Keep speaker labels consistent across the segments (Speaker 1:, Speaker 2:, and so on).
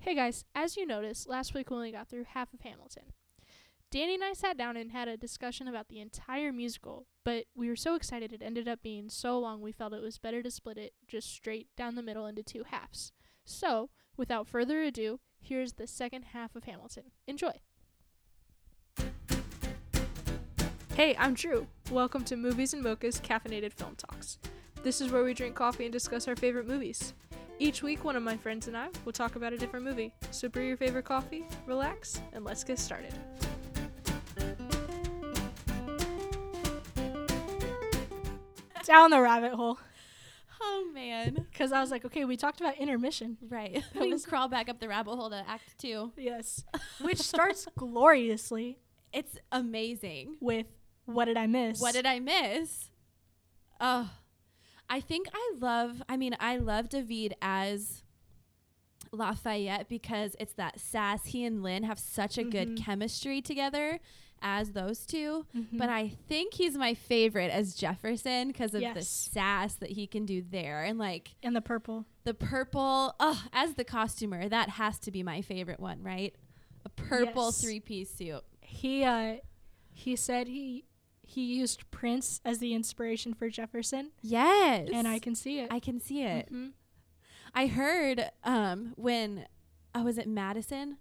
Speaker 1: Hey guys, as you noticed, last week we only got through half of Hamilton. Danny and I sat down and had a discussion about the entire musical, but we were so excited it ended up being so long we felt it was better to split it just straight down the middle into two halves. So, without further ado, here's the second half of Hamilton. Enjoy! Hey, I'm Drew. Welcome to Movies and Mocha's Caffeinated Film Talks. This is where we drink coffee and discuss our favorite movies. Each week, one of my friends and I will talk about a different movie. So brew your favorite coffee, relax, and let's get started. Down the rabbit hole.
Speaker 2: Oh man.
Speaker 1: Because I was like, okay, we talked about intermission.
Speaker 2: Right. we can crawl back up the rabbit hole to act two.
Speaker 1: Yes. Which starts gloriously
Speaker 2: It's amazing.
Speaker 1: with What Did I Miss?
Speaker 2: What did I miss? Oh. I think I love I mean, I love David as Lafayette because it's that sass. He and Lynn have such a good
Speaker 1: Mhm.
Speaker 2: chemistry together as those two.
Speaker 1: Mhm.
Speaker 2: But I think he's my favorite as Jefferson because of the
Speaker 1: Yes.
Speaker 2: sass that he can do there and like
Speaker 1: And the purple.
Speaker 2: the purple oh as the costumer that has to be my favorite one right a purple
Speaker 1: Yes.
Speaker 2: three-piece suit
Speaker 1: He uh he said he he used Prince as the inspiration for Jefferson,
Speaker 2: yes
Speaker 1: and I can see it.
Speaker 2: i can see it
Speaker 1: Mhm.
Speaker 2: i heard um when oh was it madison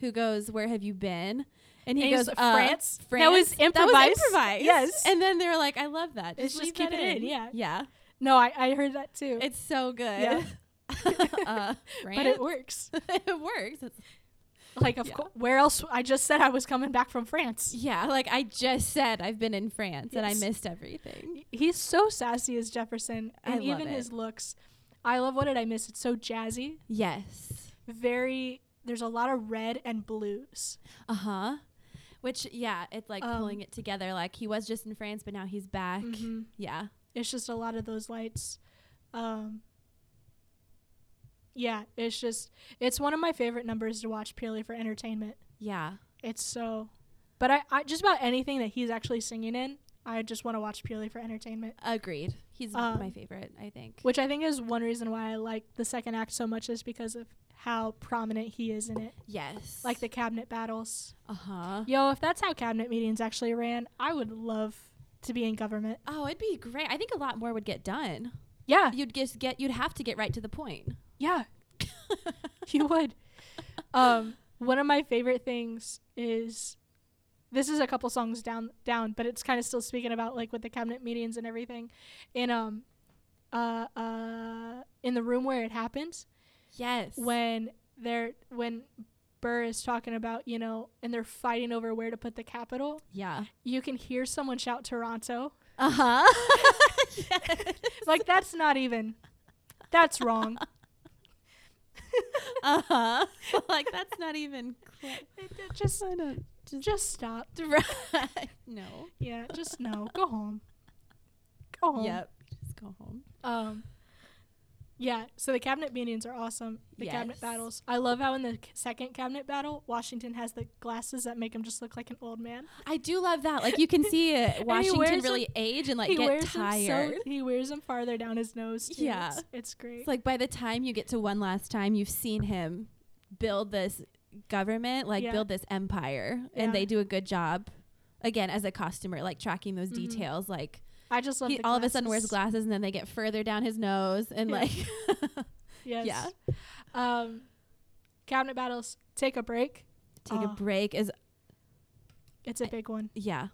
Speaker 2: who goes where have you been and he
Speaker 1: And he's
Speaker 2: goes
Speaker 1: like,
Speaker 2: uh,
Speaker 1: "France?" That
Speaker 2: France."
Speaker 1: was improvised?
Speaker 2: improvised.
Speaker 1: Yes.
Speaker 2: and then they were like i love that just,
Speaker 1: Let's just
Speaker 2: leave
Speaker 1: keep
Speaker 2: that
Speaker 1: it in, yeah.
Speaker 2: yeah
Speaker 1: No, I, I heard that too.
Speaker 2: it's so good
Speaker 1: Yeah.
Speaker 2: uh,
Speaker 1: but it works.
Speaker 2: it, it works It's-
Speaker 1: Like, of
Speaker 2: Yeah.
Speaker 1: course, where else? I just said I was coming back from France.
Speaker 2: yeah like i just said i've been in france and i
Speaker 1: Yes.
Speaker 2: missed everything
Speaker 1: He's so sassy as Jefferson,
Speaker 2: I
Speaker 1: and
Speaker 2: love
Speaker 1: even
Speaker 2: it.
Speaker 1: his looks. I love what did I miss? It's so jazzy,
Speaker 2: yes
Speaker 1: very. There's a lot of red and blues.
Speaker 2: Uh huh. Which yeah, it's like
Speaker 1: Um,
Speaker 2: pulling it together. Like he was just in France, but now he's back.
Speaker 1: Mhm.
Speaker 2: Yeah.
Speaker 1: It's just a lot of those lights. Um, yeah, it's just it's one of my favorite numbers to watch purely for entertainment.
Speaker 2: Yeah.
Speaker 1: It's so, but I, I just about anything that he's actually singing in, I just want to watch purely for entertainment.
Speaker 2: Agreed. He's
Speaker 1: Um,
Speaker 2: my favorite, I think.
Speaker 1: which I think is one reason why I like the second act so much is because of how prominent he is in it,
Speaker 2: yes.
Speaker 1: like the cabinet battles.
Speaker 2: Uh huh.
Speaker 1: Yo, if that's how cabinet meetings actually ran, I would love to be in government.
Speaker 2: Oh, it'd be great. I think a lot more would get done.
Speaker 1: Yeah,
Speaker 2: You'd just get. You'd have to get right to the point.
Speaker 1: yeah, you would. Um, one of my favorite things is this is a couple songs down down, but it's kind of still speaking about like with the cabinet meetings and everything, in um, uh, uh, in the room where it happens.
Speaker 2: yes.
Speaker 1: when they're when Burr is talking about you know and they're fighting over where to put the capital.
Speaker 2: yeah.
Speaker 1: You can hear someone shout Toronto.
Speaker 2: Uh huh. yes.
Speaker 1: Like that's not even. That's wrong.
Speaker 2: Uh huh. like that's not even. Cl-
Speaker 1: It- it just
Speaker 2: I don't.
Speaker 1: just stop.
Speaker 2: Right. no.
Speaker 1: Yeah, just no. Go home. Go home.
Speaker 2: Yep. Just go home.
Speaker 1: Um. Yeah, so the cabinet meetings are awesome. The cabinet
Speaker 2: Yes.
Speaker 1: battles. I love how in the c- second cabinet battle, Washington has the glasses that make him just look like an old man.
Speaker 2: I do love that. Like you can see it. Washington
Speaker 1: wears
Speaker 2: really age and like
Speaker 1: he
Speaker 2: get
Speaker 1: wears
Speaker 2: tired.
Speaker 1: Them so, he wears them farther down his nose. Too.
Speaker 2: Yeah.
Speaker 1: it's, it's great.
Speaker 2: it's like by the time you get to one last time, you've seen him build this government, like
Speaker 1: Yeah.
Speaker 2: build this empire,
Speaker 1: Yeah.
Speaker 2: and they do a good job. Again, as a customer, like tracking those
Speaker 1: Mhm.
Speaker 2: details, like
Speaker 1: I just love
Speaker 2: he
Speaker 1: the
Speaker 2: all of a sudden wears
Speaker 1: glasses.
Speaker 2: glasses, and then they get further down his nose, and
Speaker 1: Yeah.
Speaker 2: like,
Speaker 1: Yes.
Speaker 2: yeah,
Speaker 1: Um, cabinet battles. Take a break.
Speaker 2: take a
Speaker 1: Oh.
Speaker 2: break is
Speaker 1: It's a big one.
Speaker 2: yeah.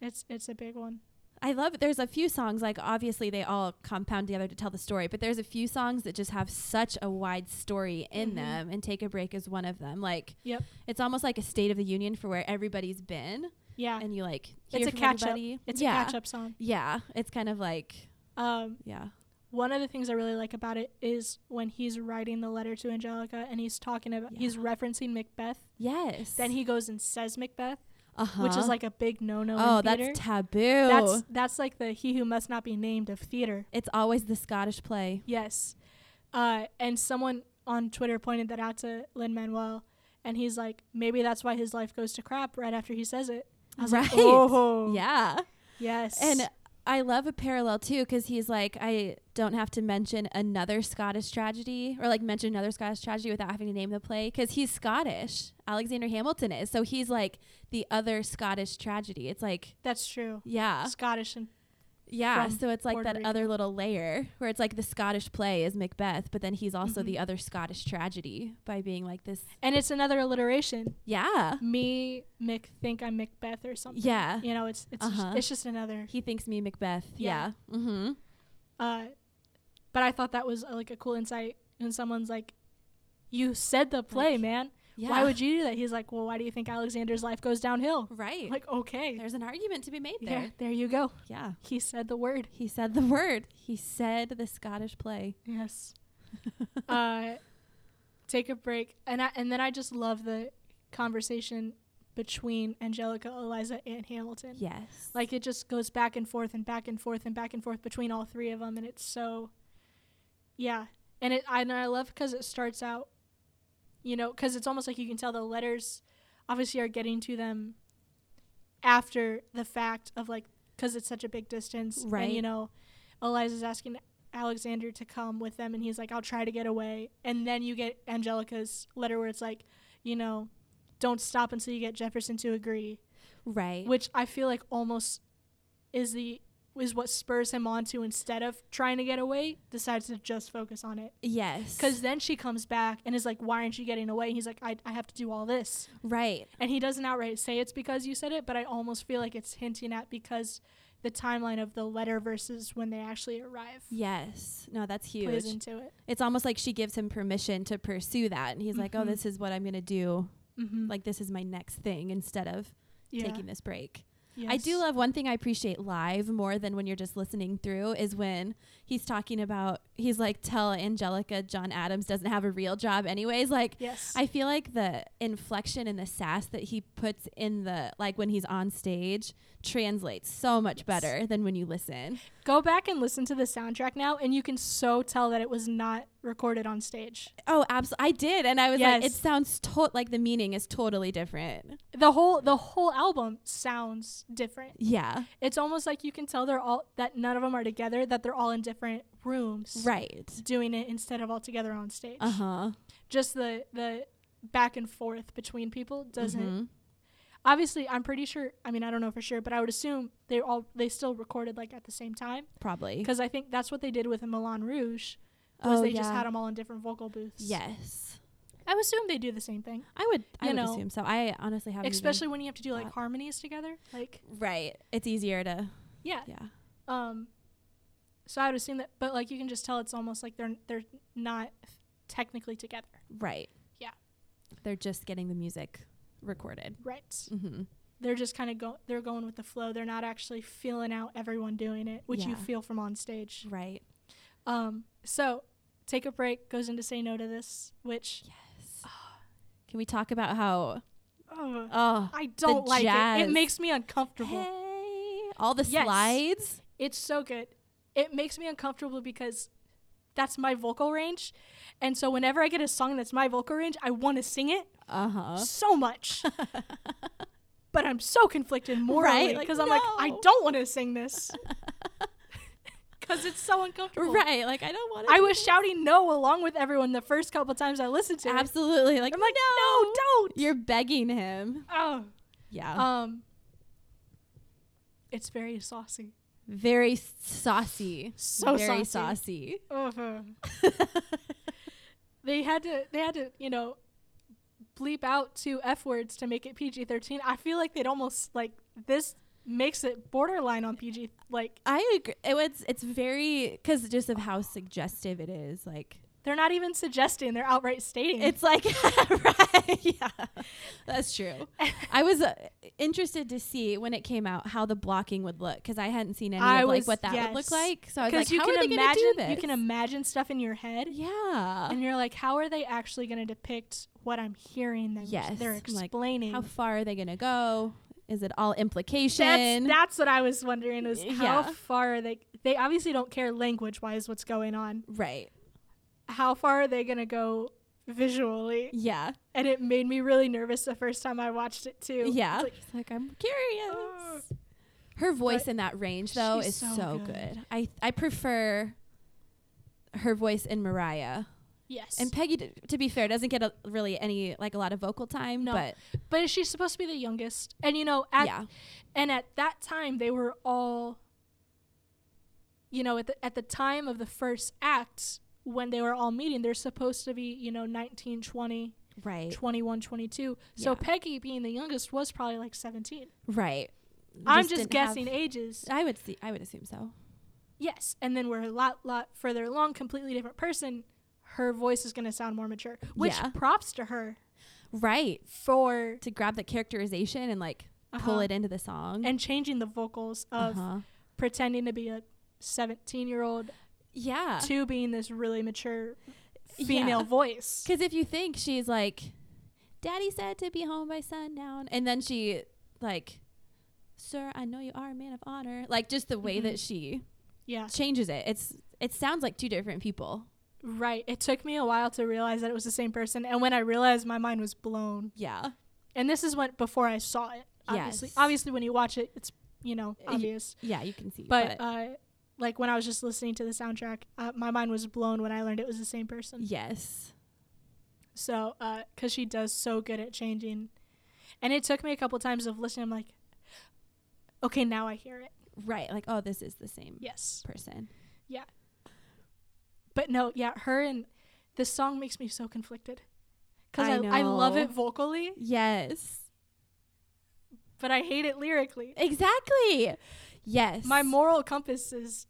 Speaker 1: It's it's a big one.
Speaker 2: I love there's a few songs like obviously they all compound together to tell the story, but there's a few songs that just have such a wide story in
Speaker 1: Mhm.
Speaker 2: them and Take a Break is one of them. Like
Speaker 1: Yep.
Speaker 2: it's almost like a state of the union for where everybody's been
Speaker 1: Yeah.
Speaker 2: and you like
Speaker 1: Ah. It's
Speaker 2: hear
Speaker 1: a
Speaker 2: from
Speaker 1: catch-up.
Speaker 2: everybody.
Speaker 1: It's
Speaker 2: yeah.
Speaker 1: a catch up song.
Speaker 2: Yeah. It's kind of like
Speaker 1: Um,
Speaker 2: yeah.
Speaker 1: one of the things I really like about it is when he's writing the letter to Angelica and he's talking about he's referencing Macbeth.
Speaker 2: Yes.
Speaker 1: Then he goes and says Macbeth,
Speaker 2: uh-huh.
Speaker 1: which is like a big no no.
Speaker 2: Oh,
Speaker 1: in theater.
Speaker 2: that's oh. taboo.
Speaker 1: that's that's like the he who must not be named of theater.
Speaker 2: it's always the Scottish play.
Speaker 1: Yes. Uh, and someone on Twitter pointed that out to Lin Manuel, and he's like, maybe that's why his life goes to crap right after he says it. I was
Speaker 2: right.
Speaker 1: like, oh,
Speaker 2: Yeah.
Speaker 1: yes,
Speaker 2: And uh, I love a parallel too because he's like, I don't have to mention another Scottish tragedy or like mention another Scottish tragedy without having to name the play because he's Scottish. Alexander Hamilton is. So he's like the other Scottish tragedy. It's like,
Speaker 1: That's true.
Speaker 2: yeah.
Speaker 1: Scottish and
Speaker 2: Yeah.
Speaker 1: from
Speaker 2: So it's like
Speaker 1: Puerto
Speaker 2: that
Speaker 1: Rico.
Speaker 2: other little layer where it's like the Scottish play is Macbeth, but then he's also
Speaker 1: Mhm.
Speaker 2: the other Scottish tragedy by being like this.
Speaker 1: and it's another alliteration.
Speaker 2: Yeah.
Speaker 1: Me Mick think I'm Macbeth or something.
Speaker 2: Yeah.
Speaker 1: You know, it's it's
Speaker 2: Uh-huh.
Speaker 1: just, it's just another.
Speaker 2: He thinks me Macbeth. Yeah.
Speaker 1: Yeah.
Speaker 2: Mm-hmm.
Speaker 1: Uh, but I thought that was uh, like a cool insight. And someone's like, "You said the play,
Speaker 2: Like,
Speaker 1: man.
Speaker 2: Yeah.
Speaker 1: Why would you do that?" He's like, "Well, why do you think Alexander's life goes downhill?"
Speaker 2: Right.
Speaker 1: Like, okay,
Speaker 2: There's an argument to be made
Speaker 1: yeah,
Speaker 2: there.
Speaker 1: there you go.
Speaker 2: Yeah.
Speaker 1: He said the word.
Speaker 2: He said the word. He said the Scottish play.
Speaker 1: Yes. uh, take a break, and I, and then I just love the conversation between Angelica, Eliza, and Hamilton.
Speaker 2: Yes.
Speaker 1: Like it just goes back and forth and back and forth and back and forth between all three of them, and it's so, yeah. And it I, and I love because it starts out, you know, because it's almost like you can tell the letters, obviously, are getting to them after the fact of like because it's such a big distance, And, you
Speaker 2: Right.
Speaker 1: know, Eliza's asking Alexander to come with them, and he's like, "I'll try to get away," and then you get Angelica's letter where it's like, you know, don't stop until you get Jefferson to agree
Speaker 2: right.
Speaker 1: which I feel like almost is the is what spurs him on to instead of trying to get away, decides to just focus on it.
Speaker 2: yes.
Speaker 1: Because then she comes back and is like, "Why aren't you getting away?" And he's like, "I I have to do all this,"
Speaker 2: right.
Speaker 1: and he doesn't outright say it's because you said it, but I almost feel like it's hinting at because the timeline of the letter versus when they actually arrive
Speaker 2: Yes. No, that's huge.
Speaker 1: plays into it.
Speaker 2: It's almost like she gives him permission to pursue that, and he's like, "Oh,
Speaker 1: Mhm.
Speaker 2: this is what I'm gonna do.
Speaker 1: Mm-hmm.
Speaker 2: Like, this is my next thing." Instead of taking this break, I do love one thing I appreciate live more than when you're just listening through is when he's talking about he's like, "Tell Angelica John Adams doesn't have a real job, anyways." Like,
Speaker 1: Yes.
Speaker 2: I feel like the inflection and the sass that he puts in the like when he's on stage translates so much
Speaker 1: Yes.
Speaker 2: better than when you listen.
Speaker 1: Go back and listen to the soundtrack now, and you can so tell that it was not recorded on stage.
Speaker 2: Oh, absolutely. I did and I was like it
Speaker 1: Yes.
Speaker 2: sounds to- like the meaning is totally different.
Speaker 1: the whole the whole album sounds different.
Speaker 2: Yeah.
Speaker 1: It's almost like you can tell they're all that none of them are together, that they're all in different rooms
Speaker 2: Right.
Speaker 1: doing it instead of all together on stage.
Speaker 2: Uh-huh.
Speaker 1: Just the the back and forth between people doesn't
Speaker 2: Mhm.
Speaker 1: obviously I'm pretty sure I mean I don't know for sure, but I would assume they all they still recorded like at the same time
Speaker 2: probably.
Speaker 1: because I think that's what they did with Milan Rouge was
Speaker 2: Oh,
Speaker 1: they just
Speaker 2: yeah.
Speaker 1: had them all in different vocal booths.
Speaker 2: Yes.
Speaker 1: I would assume they do the same thing,
Speaker 2: I would I
Speaker 1: You
Speaker 2: would
Speaker 1: know,
Speaker 2: assume so. I honestly haven't even-
Speaker 1: especially when you have to do like
Speaker 2: thought.
Speaker 1: harmonies together. Like
Speaker 2: Right. It's easier to
Speaker 1: yeah,
Speaker 2: yeah.
Speaker 1: Um, so I would assume that, but like you can just tell it's almost like they're they're not technically together,
Speaker 2: Right.
Speaker 1: Yeah.
Speaker 2: They're just getting the music recorded.
Speaker 1: right?
Speaker 2: Mhm.
Speaker 1: They're just kind of go they're going with the flow. They're not actually feeling out everyone doing it, which you
Speaker 2: Yeah.
Speaker 1: feel from on stage.
Speaker 2: Right.
Speaker 1: Um, so take a break goes into say no to this, which
Speaker 2: Yes. Can we talk about how
Speaker 1: oh,
Speaker 2: oh
Speaker 1: I don't like it.
Speaker 2: jazz.
Speaker 1: It makes me uncomfortable.
Speaker 2: Hey, all the
Speaker 1: Yes.
Speaker 2: slides.
Speaker 1: It's so good. It makes me uncomfortable because that's my vocal range, and so whenever I get a song that's my vocal range, I want to sing it.
Speaker 2: Uh huh.
Speaker 1: so much. but I'm so conflicted morally
Speaker 2: Right, like,
Speaker 1: because I'm like, I
Speaker 2: no.
Speaker 1: don't want to sing this because it's so uncomfortable.
Speaker 2: Right. Like I don't want to.
Speaker 1: I was shouting no along with everyone the first couple times I listened to it.
Speaker 2: absolutely like
Speaker 1: I'm like, no, don't.
Speaker 2: you're begging him.
Speaker 1: oh.
Speaker 2: Yeah.
Speaker 1: Um, it's very saucy.
Speaker 2: very s- saucy.
Speaker 1: So
Speaker 2: very saucy.
Speaker 1: saucy. Ugh. Mm-hmm. they had to. They had to. You know. Bleep out two f words to make it PG thirteen. I feel like they'd almost like this makes it borderline on PG. Like
Speaker 2: I agree. It was. It's very because just of how suggestive it is. Like
Speaker 1: they're not even suggesting; they're outright stating.
Speaker 2: it's like right. Yeah, that's true. I was uh, interested to see when it came out how the blocking would look because I hadn't seen any
Speaker 1: I
Speaker 2: of like
Speaker 1: was-
Speaker 2: what that would
Speaker 1: yes.
Speaker 2: look like. So I was
Speaker 1: because
Speaker 2: like,
Speaker 1: you
Speaker 2: how
Speaker 1: can
Speaker 2: are they
Speaker 1: imagine
Speaker 2: gonna do
Speaker 1: you
Speaker 2: this?
Speaker 1: can imagine stuff in your head,
Speaker 2: yeah.
Speaker 1: and you're like, how are they actually going to depict what I'm hearing? Them
Speaker 2: Yes,
Speaker 1: they're
Speaker 2: I'm like,
Speaker 1: explaining.
Speaker 2: How far are they going to go? Is it all implication?
Speaker 1: that's, that's what I was wondering: is how
Speaker 2: Yeah.
Speaker 1: far are they? They obviously don't care language wise what's going on.
Speaker 2: right.
Speaker 1: how far are they gonna go visually?
Speaker 2: Yeah.
Speaker 1: And it made me really nervous the first time I watched it too.
Speaker 2: Yeah.
Speaker 1: It's
Speaker 2: It's like,
Speaker 1: like,
Speaker 2: I'm curious.
Speaker 1: Ugh.
Speaker 2: Her voice in that range though
Speaker 1: she's
Speaker 2: is
Speaker 1: so
Speaker 2: so,
Speaker 1: good.
Speaker 2: good. I I prefer her voice in Mariah.
Speaker 1: Yes.
Speaker 2: And Peggy, t- to be fair, doesn't get a, really any like a lot of vocal time.
Speaker 1: No.
Speaker 2: But
Speaker 1: but she's supposed to be the youngest. And you know, at
Speaker 2: yeah,
Speaker 1: and at that time they were all you know, at the, at the time of the first act when they were all meeting, they're supposed to be, you know, 19, 20,
Speaker 2: right,
Speaker 1: 21, 22. So
Speaker 2: Yeah.
Speaker 1: Peggy being the youngest was probably like 17.
Speaker 2: right.
Speaker 1: I'm just
Speaker 2: didn't have-
Speaker 1: guessing ages.
Speaker 2: I would see. I would assume so.
Speaker 1: Yes, and then we're a lot, lot further along, completely different person. Her voice is going to sound more mature, which
Speaker 2: Yeah.
Speaker 1: props to her
Speaker 2: Right
Speaker 1: for
Speaker 2: to grab the characterization and like
Speaker 1: Uh-huh.
Speaker 2: pull it into the song.
Speaker 1: and changing the vocals of
Speaker 2: Uh-huh.
Speaker 1: pretending to be a 17 year old
Speaker 2: yeah,
Speaker 1: to being this really mature
Speaker 2: Uh. Yeah.
Speaker 1: female voice.
Speaker 2: because if you think she's like, "Daddy said to be home by sundown," and then she like, "Sir, I know you are a man of honor," like just the way
Speaker 1: Mhm.
Speaker 2: that she
Speaker 1: Yeah,
Speaker 2: changes it. It's it sounds like two different people.
Speaker 1: right. It took me a while to realize that it was the same person, and when I realized, my mind was blown.
Speaker 2: Yeah.
Speaker 1: And this is when before I saw it. Obviously,
Speaker 2: Yes.
Speaker 1: obviously, when you watch it, it's you know
Speaker 2: Y-
Speaker 1: obvious.
Speaker 2: Yeah, you can see.
Speaker 1: but, uh, like when I was just listening to the soundtrack, uh, my mind was blown when I learned it was the same person.
Speaker 2: yes.
Speaker 1: So, uh 'cause she does so good at changing, and it took me a couple times of listening. I'm like, okay, now I hear it.
Speaker 2: Right. Like, oh, this is the same
Speaker 1: Yes,
Speaker 2: person.
Speaker 1: but no, yeah, her and this song makes me so conflicted, 'cause
Speaker 2: I
Speaker 1: I, I love
Speaker 2: know.
Speaker 1: it vocally,
Speaker 2: Yes.
Speaker 1: but I hate it lyrically.
Speaker 2: Exactly. Yes.
Speaker 1: My moral compass is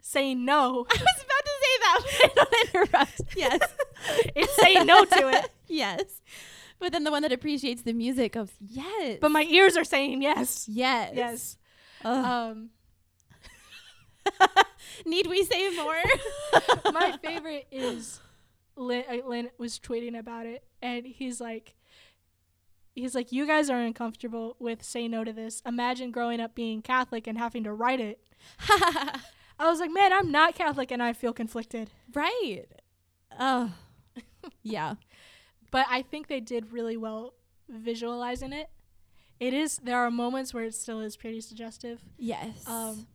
Speaker 1: saying no.
Speaker 2: I was about to say that. Don't interrupt. Yes.
Speaker 1: It's saying no to it,
Speaker 2: yes. But then the one that appreciates the music goes, yes.
Speaker 1: but my ears are saying yes.
Speaker 2: yes.
Speaker 1: Yes.
Speaker 2: Ugh.
Speaker 1: Um.
Speaker 2: Need we say more?
Speaker 1: my favorite is Lin, uh, Lin was tweeting about it, and he's like, he's like, you guys are uncomfortable with say no to this. Imagine growing up being Catholic and having to write it. I was like, man, I'm not Catholic, and I feel conflicted.
Speaker 2: right. Oh. Yeah.
Speaker 1: But I think they did really well visualizing it. It is there are moments where it still is pretty suggestive.
Speaker 2: Yes.
Speaker 1: Um,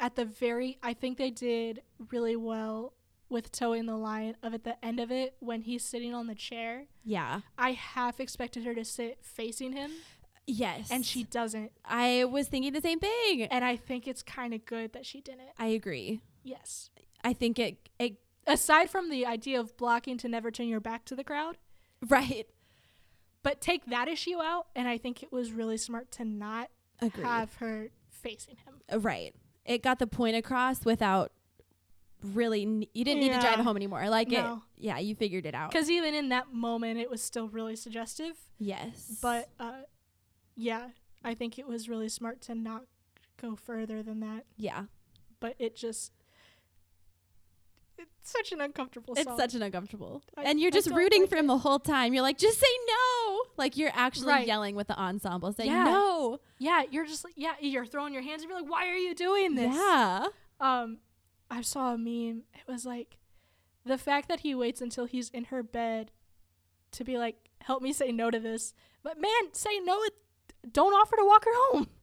Speaker 1: at the very I think they did really well with Toe in the Lion of at the end of it when he's sitting on the chair.
Speaker 2: yeah.
Speaker 1: I half expected her to sit facing him
Speaker 2: Yes.
Speaker 1: and she doesn't.
Speaker 2: I was thinking the same thing.
Speaker 1: And I think it's kind of good that she didn't.
Speaker 2: I agree.
Speaker 1: Yes.
Speaker 2: I think it it
Speaker 1: Aside from the idea of blocking to never turn your back to the crowd,
Speaker 2: right.
Speaker 1: but take that issue out and I think it was really smart to not
Speaker 2: Agreed.
Speaker 1: have her facing him.
Speaker 2: uh, right. It got the point across without really n- you didn't need to drive
Speaker 1: Yeah.
Speaker 2: it home anymore. Like it
Speaker 1: No.
Speaker 2: yeah, you figured it out.
Speaker 1: Cuz even in that moment it was still really suggestive,
Speaker 2: Yes.
Speaker 1: but uh yeah, I think it was really smart to not go further than that,
Speaker 2: yeah.
Speaker 1: but it just it's such an uncomfortable
Speaker 2: It's
Speaker 1: song.
Speaker 2: such an uncomfortable.
Speaker 1: I-
Speaker 2: and
Speaker 1: I
Speaker 2: you're just
Speaker 1: don't
Speaker 2: rooting
Speaker 1: like
Speaker 2: for him the whole time. You're like, just say no. Like you're actually
Speaker 1: Right.
Speaker 2: yelling with the ensemble saying
Speaker 1: Yeah.
Speaker 2: no.
Speaker 1: Yeah, you're just like yeah, you're throwing your hands and you're like, why are you doing this?
Speaker 2: Yeah.
Speaker 1: Um, I saw a meme. It was like, the fact that he waits until he's in her bed, to be like, help me say no to this. But man, say no. It, don't offer to walk her home.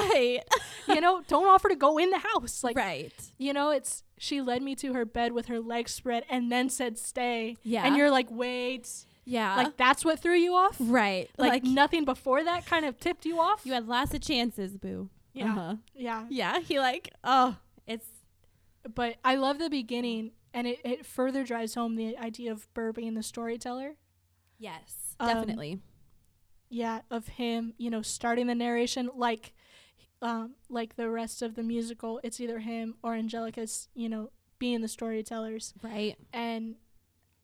Speaker 2: Right.
Speaker 1: You know, don't offer to go in the house. Like,
Speaker 2: right.
Speaker 1: you know, it's she led me to her bed with her legs spread and then said stay.
Speaker 2: Yeah.
Speaker 1: And you're like, wait,
Speaker 2: yeah.
Speaker 1: like that's what threw you off.
Speaker 2: right.
Speaker 1: Like, nothing before that kind of tipped you off.
Speaker 2: you had lots of chances, boo.
Speaker 1: yeah,
Speaker 2: Uh-huh.
Speaker 1: yeah.
Speaker 2: Yeah. He like, oh, it's
Speaker 1: but I love the beginning, and it, it further drives home the idea of Burr being the storyteller.
Speaker 2: Yes,
Speaker 1: Um,
Speaker 2: definitely.
Speaker 1: Yeah, of him, you know, starting the narration like, um, like the rest of the musical. It's either him or Angelica's, you know, being the storytellers,
Speaker 2: right.
Speaker 1: and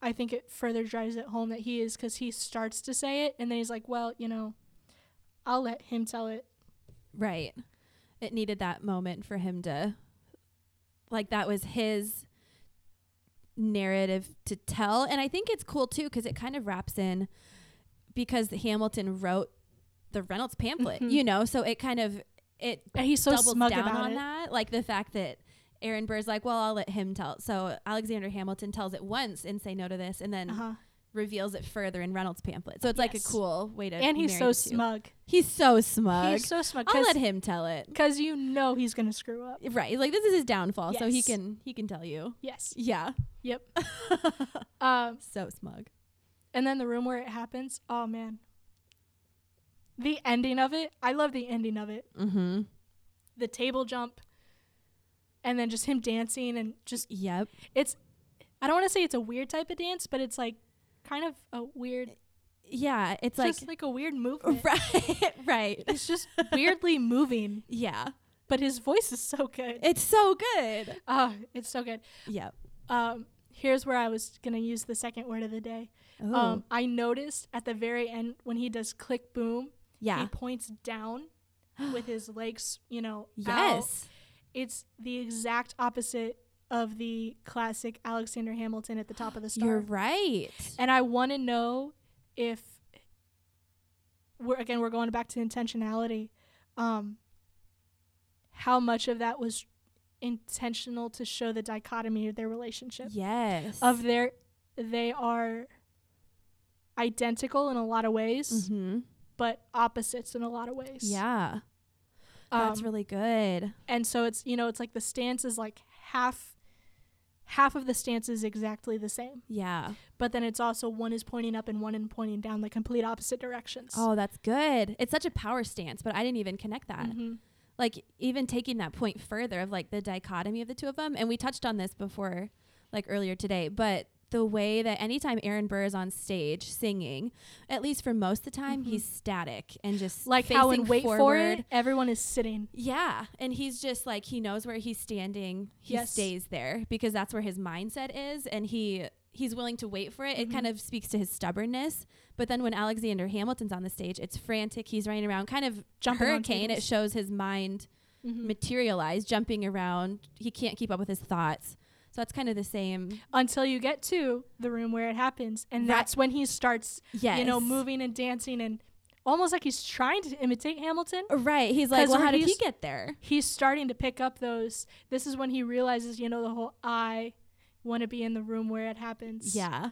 Speaker 1: I think it further drives it home that he is because he starts to say it, and then he's like, well, you know, I'll let him tell it.
Speaker 2: Right. It needed that moment for him to like that was his narrative to tell and I think it's cool too cuz it kind of wraps in because Hamilton wrote the Reynolds pamphlet,
Speaker 1: Mhm.
Speaker 2: you know, so it kind of it
Speaker 1: And he's so
Speaker 2: doubles
Speaker 1: smug
Speaker 2: down
Speaker 1: about
Speaker 2: on
Speaker 1: it.
Speaker 2: that, like the fact that Aaron Burr's like, well, I'll let him tell. So Alexander Hamilton tells it once and say no to this, and then
Speaker 1: Uh huh.
Speaker 2: reveals it further in Reynolds' pamphlet. So it's like a
Speaker 1: Yes.
Speaker 2: cool way to.
Speaker 1: and he's
Speaker 2: marry
Speaker 1: so
Speaker 2: the two.
Speaker 1: smug.
Speaker 2: He's so smug.
Speaker 1: He's so smug
Speaker 2: I'll let
Speaker 1: because
Speaker 2: him tell it.
Speaker 1: you know he's gonna screw up.
Speaker 2: Right, like this is his downfall, so he
Speaker 1: Yes.
Speaker 2: can he can tell you.
Speaker 1: Yes.
Speaker 2: Yeah.
Speaker 1: Yep. Um,
Speaker 2: so smug.
Speaker 1: and then the room where it happens. Oh man. The ending of it. I love the ending of it.
Speaker 2: Mm-hmm.
Speaker 1: The table jump. And then just him dancing and just
Speaker 2: Yep.
Speaker 1: it's. I don't want to say it's a weird type of dance, but it's like kind of a weird.
Speaker 2: Yeah, it's
Speaker 1: It's like,
Speaker 2: like
Speaker 1: just like a weird movement.
Speaker 2: right, right.
Speaker 1: It's just weirdly moving,
Speaker 2: Yeah,
Speaker 1: but his voice is so good.
Speaker 2: it's so good.
Speaker 1: Oh, it's so good.
Speaker 2: Yep.
Speaker 1: Um, here's where I was gonna use the second word of the day.
Speaker 2: Ooh.
Speaker 1: Um, I noticed at the very end when he does click boom, he
Speaker 2: yeah.
Speaker 1: points down with his legs, you know. out.
Speaker 2: Yes.
Speaker 1: It's the exact opposite of the classic Alexander Hamilton at the top of the star.
Speaker 2: You're right.
Speaker 1: And I want to know if we're again we're going back to intentionality. Um, how much of that was intentional to show the dichotomy of their relationship?
Speaker 2: Yes.
Speaker 1: Of their, they are identical in a lot of ways,
Speaker 2: Mm-hmm.
Speaker 1: but opposites in a lot of ways.
Speaker 2: Yeah.
Speaker 1: um,
Speaker 2: That's really good.
Speaker 1: and so it's you know it's like the stance is like half, half of the stance is exactly the same.
Speaker 2: Yeah.
Speaker 1: but then it's also one is pointing up and one is pointing down the complete opposite directions.
Speaker 2: Oh, that's good. It's such a power stance, but I didn't even connect that.
Speaker 1: Mhm.
Speaker 2: like even taking that point further of like the dichotomy of the two of them and we touched on this before like earlier today but the way that anytime Aaron Burr is on stage singing at least for most of the time
Speaker 1: Mhm.
Speaker 2: he's static and just
Speaker 1: Like how in
Speaker 2: facing
Speaker 1: Wait For
Speaker 2: forward.
Speaker 1: It, everyone is sitting.
Speaker 2: yeah and he's just like he knows where he's standing he
Speaker 1: Yes.
Speaker 2: stays there because that's where his mindset is and he he's willing to wait for it it kind
Speaker 1: Mhm.
Speaker 2: of speaks to his stubbornness but then when Alexander Hamilton's on the stage it's frantic he's running around kind of
Speaker 1: Jumping on
Speaker 2: hurricane it
Speaker 1: tables.
Speaker 2: shows his mind
Speaker 1: Mhm.
Speaker 2: materialize, jumping around. He can't keep up with his thoughts. So that's kind of the same.
Speaker 1: Until you get to the room where it happens, and
Speaker 2: Right.
Speaker 1: that's when he starts,
Speaker 2: Yes.
Speaker 1: you know, moving and dancing and almost like he's trying to imitate Hamilton.
Speaker 2: Right. He's like,
Speaker 1: 'Cause
Speaker 2: well,
Speaker 1: where
Speaker 2: how did he
Speaker 1: he's-
Speaker 2: get there?
Speaker 1: He's starting to pick up those. This is when he realizes, you know, the whole I want to be in the room where it happens.
Speaker 2: Yeah.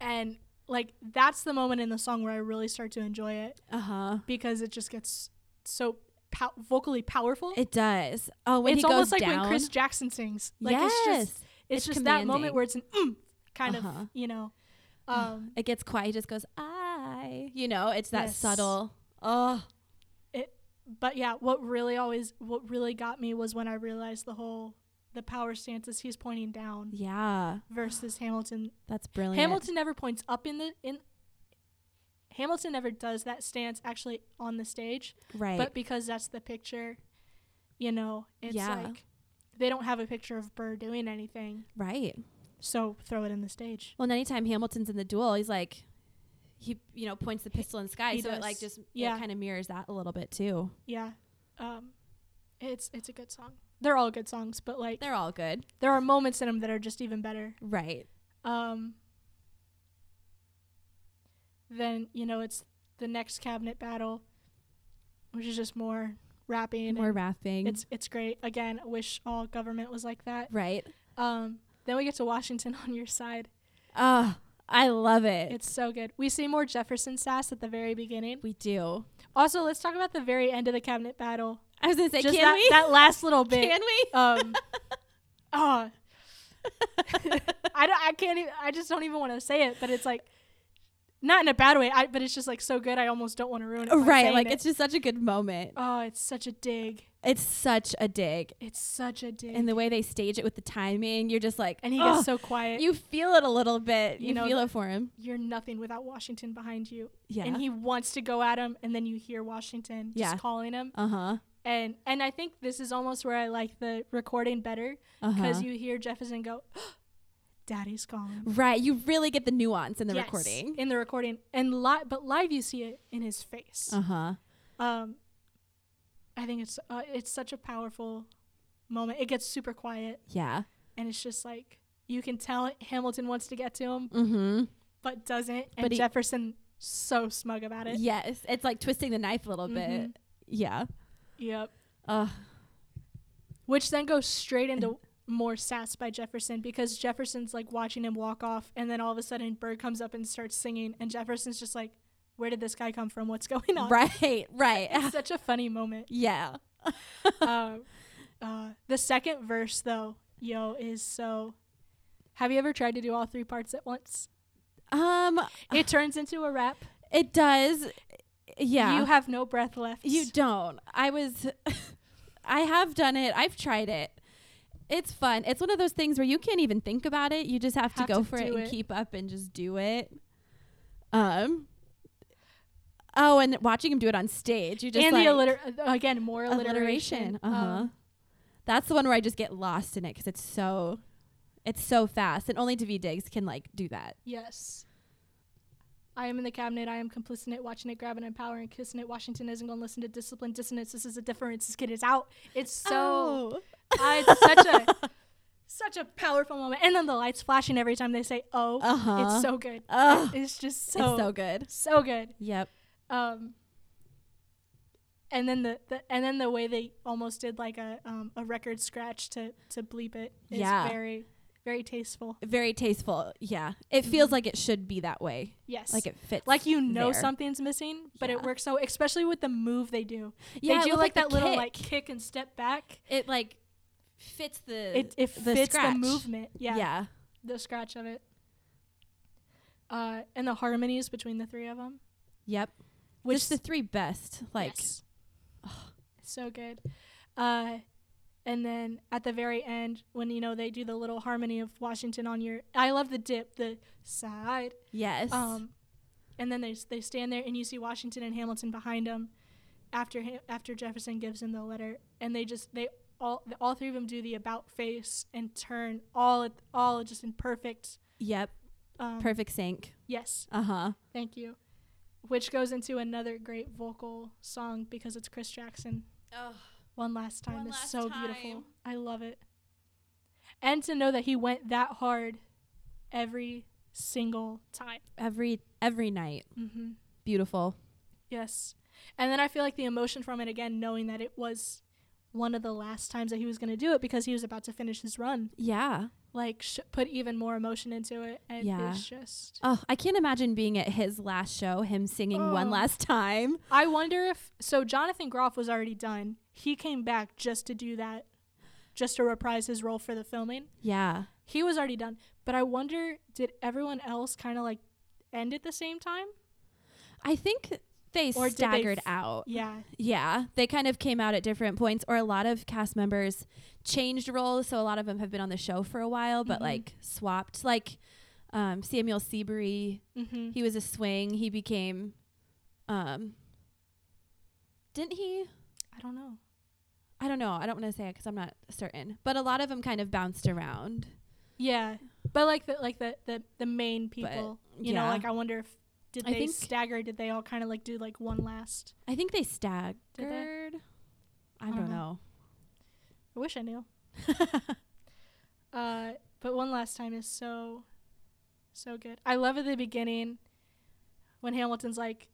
Speaker 1: and like that's the moment in the song where I really start to enjoy it
Speaker 2: Uh huh.
Speaker 1: because it just gets so pow- vocally powerful.
Speaker 2: It does. Oh, when he
Speaker 1: it's
Speaker 2: goes
Speaker 1: almost like
Speaker 2: down.
Speaker 1: when Chris Jackson sings. Like
Speaker 2: yes.
Speaker 1: it's just
Speaker 2: It's
Speaker 1: it's, just that
Speaker 2: commanding.
Speaker 1: moment where it's an mm, kind
Speaker 2: Uh-huh.
Speaker 1: of you know. Um,
Speaker 2: it gets quiet. He just goes, I. You know, it's that
Speaker 1: Yes.
Speaker 2: subtle. Oh,
Speaker 1: but yeah, what really always what really got me was when I realized the whole the power stances he's pointing down
Speaker 2: yeah.
Speaker 1: versus Hamilton.
Speaker 2: That's brilliant.
Speaker 1: Hamilton never points up in the in. Hamilton never does that stance actually on the stage,
Speaker 2: Right.
Speaker 1: but because that's the picture, you know, it's
Speaker 2: Yeah.
Speaker 1: like they don't have a picture of Burr doing anything,
Speaker 2: right.
Speaker 1: so throw it in the stage.
Speaker 2: Well, and anytime Hamilton's in the duel, he's like, he, you know, points the pistol in the sky.
Speaker 1: he
Speaker 2: So it
Speaker 1: does.
Speaker 2: like just
Speaker 1: Yeah.
Speaker 2: kind of mirrors that a little bit too.
Speaker 1: Yeah. Um it's it's a good song. They're all good songs, but like
Speaker 2: They're all good.
Speaker 1: there are moments in them that are just even better.
Speaker 2: Right.
Speaker 1: Um then, you know, it's the next cabinet battle, which is just more rapping.
Speaker 2: more
Speaker 1: and
Speaker 2: rapping.
Speaker 1: It's it's great. Again, I wish all government was like that.
Speaker 2: right.
Speaker 1: Um then we get to Washington on your side.
Speaker 2: Oh, I love it.
Speaker 1: It's so good. We see more Jefferson sass at the very beginning.
Speaker 2: we do.
Speaker 1: Also, let's talk about the very end of the cabinet battle.
Speaker 2: I was gonna say, can
Speaker 1: just that,
Speaker 2: we?
Speaker 1: that last little bit.
Speaker 2: can we?
Speaker 1: Um, oh, I don't. I can't. Even, I just don't even want to say it. But it's like, not in a bad way. I. But it's just like so good. I almost don't want to ruin it. by
Speaker 2: right.
Speaker 1: saying
Speaker 2: Like
Speaker 1: it.
Speaker 2: it's just such a good moment.
Speaker 1: Oh, it's such a dig.
Speaker 2: It's such a dig,
Speaker 1: It's such a dig.
Speaker 2: and the way they stage it with the timing, you're just like,
Speaker 1: and he
Speaker 2: "Oh,"
Speaker 1: gets so quiet. You,
Speaker 2: you feel it a little bit. You,
Speaker 1: You know
Speaker 2: feel
Speaker 1: the-
Speaker 2: it for him.
Speaker 1: are nothing without Washington behind you.
Speaker 2: Yeah.
Speaker 1: And he wants to go at him, and then you hear Washington just
Speaker 2: Yeah.
Speaker 1: calling him.
Speaker 2: uh huh.
Speaker 1: And and I think this is almost where I like the recording better
Speaker 2: Uh
Speaker 1: because
Speaker 2: huh.
Speaker 1: you hear Jefferson go, "Daddy's calling."
Speaker 2: Right. You really get the nuance in the
Speaker 1: Yes,
Speaker 2: recording.
Speaker 1: in the recording and live but live you see it in his face
Speaker 2: Uh huh.
Speaker 1: um i think it's uh, it's such a powerful moment it gets super quiet
Speaker 2: Yeah.
Speaker 1: and it's just like you can tell hamilton wants to get to him
Speaker 2: Mm-hmm.
Speaker 1: but doesn't and
Speaker 2: But he-
Speaker 1: jefferson so smug about it
Speaker 2: Yes. It's like twisting the knife a little bit.
Speaker 1: Mhm.
Speaker 2: Mm-hmm. Yeah.
Speaker 1: yep
Speaker 2: Uh,
Speaker 1: which then goes straight into more sassed by Jefferson because Jefferson's like watching him walk off, and then all of a sudden Bird comes up and starts singing, and Jefferson's just like, "Where did this guy come from? What's going on?"
Speaker 2: Right, right.
Speaker 1: It's such a funny moment.
Speaker 2: yeah.
Speaker 1: um, uh, the second verse though, yo, is so. Have you ever tried to do all three parts at once?
Speaker 2: Um
Speaker 1: It turns into a rap.
Speaker 2: it does yeah.
Speaker 1: You have no breath left.
Speaker 2: You don't. I was I have done it. I've tried it. It's fun. It's one of those things where you can't even think about it. You just have,
Speaker 1: Have
Speaker 2: to go
Speaker 1: to
Speaker 2: for it
Speaker 1: do
Speaker 2: and
Speaker 1: it.
Speaker 2: keep up and just do it. Um Oh, and watching him do it on stage, you just
Speaker 1: and
Speaker 2: like
Speaker 1: the alliter- uh, again more
Speaker 2: alliteration.
Speaker 1: alliteration.
Speaker 2: Uh huh.
Speaker 1: Um,
Speaker 2: That's the one where I just get lost in it because it's so, it's so fast, and only David Diggs can like do that.
Speaker 1: yes. I am in the cabinet. I am complicit in it, watching it, grabbing it, power and kissing it. Washington isn't going to listen to discipline dissonance. This is a difference. This kid is out. It's
Speaker 2: Oh.
Speaker 1: so uh, it's such a such a powerful moment. And then the lights flashing every time they say "oh."
Speaker 2: uh huh.
Speaker 1: It's so good.
Speaker 2: Ugh.
Speaker 1: It's just
Speaker 2: it's so
Speaker 1: so
Speaker 2: good.
Speaker 1: so good.
Speaker 2: Yep.
Speaker 1: Um, and then the, the and then the way they almost did like a um, a record scratch to to bleep it is
Speaker 2: Yeah.
Speaker 1: very very tasteful.
Speaker 2: Very tasteful. Yeah. It feels like it should be that way.
Speaker 1: Yes.
Speaker 2: Like it fits.
Speaker 1: Mm-hmm. like you know
Speaker 2: there.
Speaker 1: something's missing, but it
Speaker 2: Yeah.
Speaker 1: works so especially with the move they do.
Speaker 2: Yeah.
Speaker 1: they do
Speaker 2: with,
Speaker 1: like, that
Speaker 2: the
Speaker 1: little
Speaker 2: kick.
Speaker 1: like kick and step back.
Speaker 2: it like fits the
Speaker 1: It it
Speaker 2: Uh, the
Speaker 1: fits
Speaker 2: scratch.
Speaker 1: the movement. Yeah,
Speaker 2: Yeah.
Speaker 1: the scratch of it. Uh, and the harmonies between the three of them,
Speaker 2: Yep.
Speaker 1: which
Speaker 2: just the three best. Like
Speaker 1: Yes. so good. Uh, and then at the very end, when you know they do the little harmony of Washington on your, I love the dip, the side.
Speaker 2: yes.
Speaker 1: Um, and then they s- they stand there, and you see Washington and Hamilton behind them. After ha- after Jefferson gives him the letter, and they just they all all three of them do the about face and turn all at- all just in perfect.
Speaker 2: yep.
Speaker 1: Um,
Speaker 2: Perfect sync.
Speaker 1: Yes,
Speaker 2: Uh huh.
Speaker 1: thank you. Which goes into another great vocal song because it's Chris Jackson.
Speaker 2: Oh.
Speaker 1: One last time
Speaker 2: One
Speaker 1: is
Speaker 2: Last
Speaker 1: so beautiful.
Speaker 2: Time.
Speaker 1: I love it. And to know that he went that hard every single time.
Speaker 2: Every every night.
Speaker 1: Mm-hmm.
Speaker 2: Beautiful.
Speaker 1: Yes. And then I feel like the emotion from it again, knowing that it was one of the last times that he was going to do it because he was about to finish his run,
Speaker 2: Yeah.
Speaker 1: like sh- put even more emotion into it. And
Speaker 2: Yeah.
Speaker 1: it's just,
Speaker 2: Oh, I can't imagine being at his last show, him singing
Speaker 1: Oh.
Speaker 2: one last time.
Speaker 1: I wonder if, so Jonathan Groff was already done. He came back just to do that, just to reprise his role for the filming.
Speaker 2: Yeah.
Speaker 1: he was already done. But I wonder, did everyone else kind of like end at the same time?
Speaker 2: I think they
Speaker 1: Or did they
Speaker 2: staggered
Speaker 1: f-
Speaker 2: out.
Speaker 1: Yeah,
Speaker 2: Yeah. They kind of came out at different points, or a lot of cast members changed roles. So a lot of them have been on the show for a while, but
Speaker 1: Mhm.
Speaker 2: like swapped. Like um, Samuel Seabury,
Speaker 1: mm-hmm.
Speaker 2: he was a swing. He became, um, didn't he?
Speaker 1: I don't know.
Speaker 2: I don't know. I don't want to say it because I'm not certain. But a lot of them kind of bounced around.
Speaker 1: Yeah, but like the like the the, the main people, you know,
Speaker 2: yeah.
Speaker 1: like I wonder if did
Speaker 2: I
Speaker 1: they
Speaker 2: think-
Speaker 1: stagger? Did they all kind of like do like one last?
Speaker 2: I think they staggered. I don't know.
Speaker 1: I wish I knew. uh, but one last time is so, so good. I love at the beginning when Hamilton's like,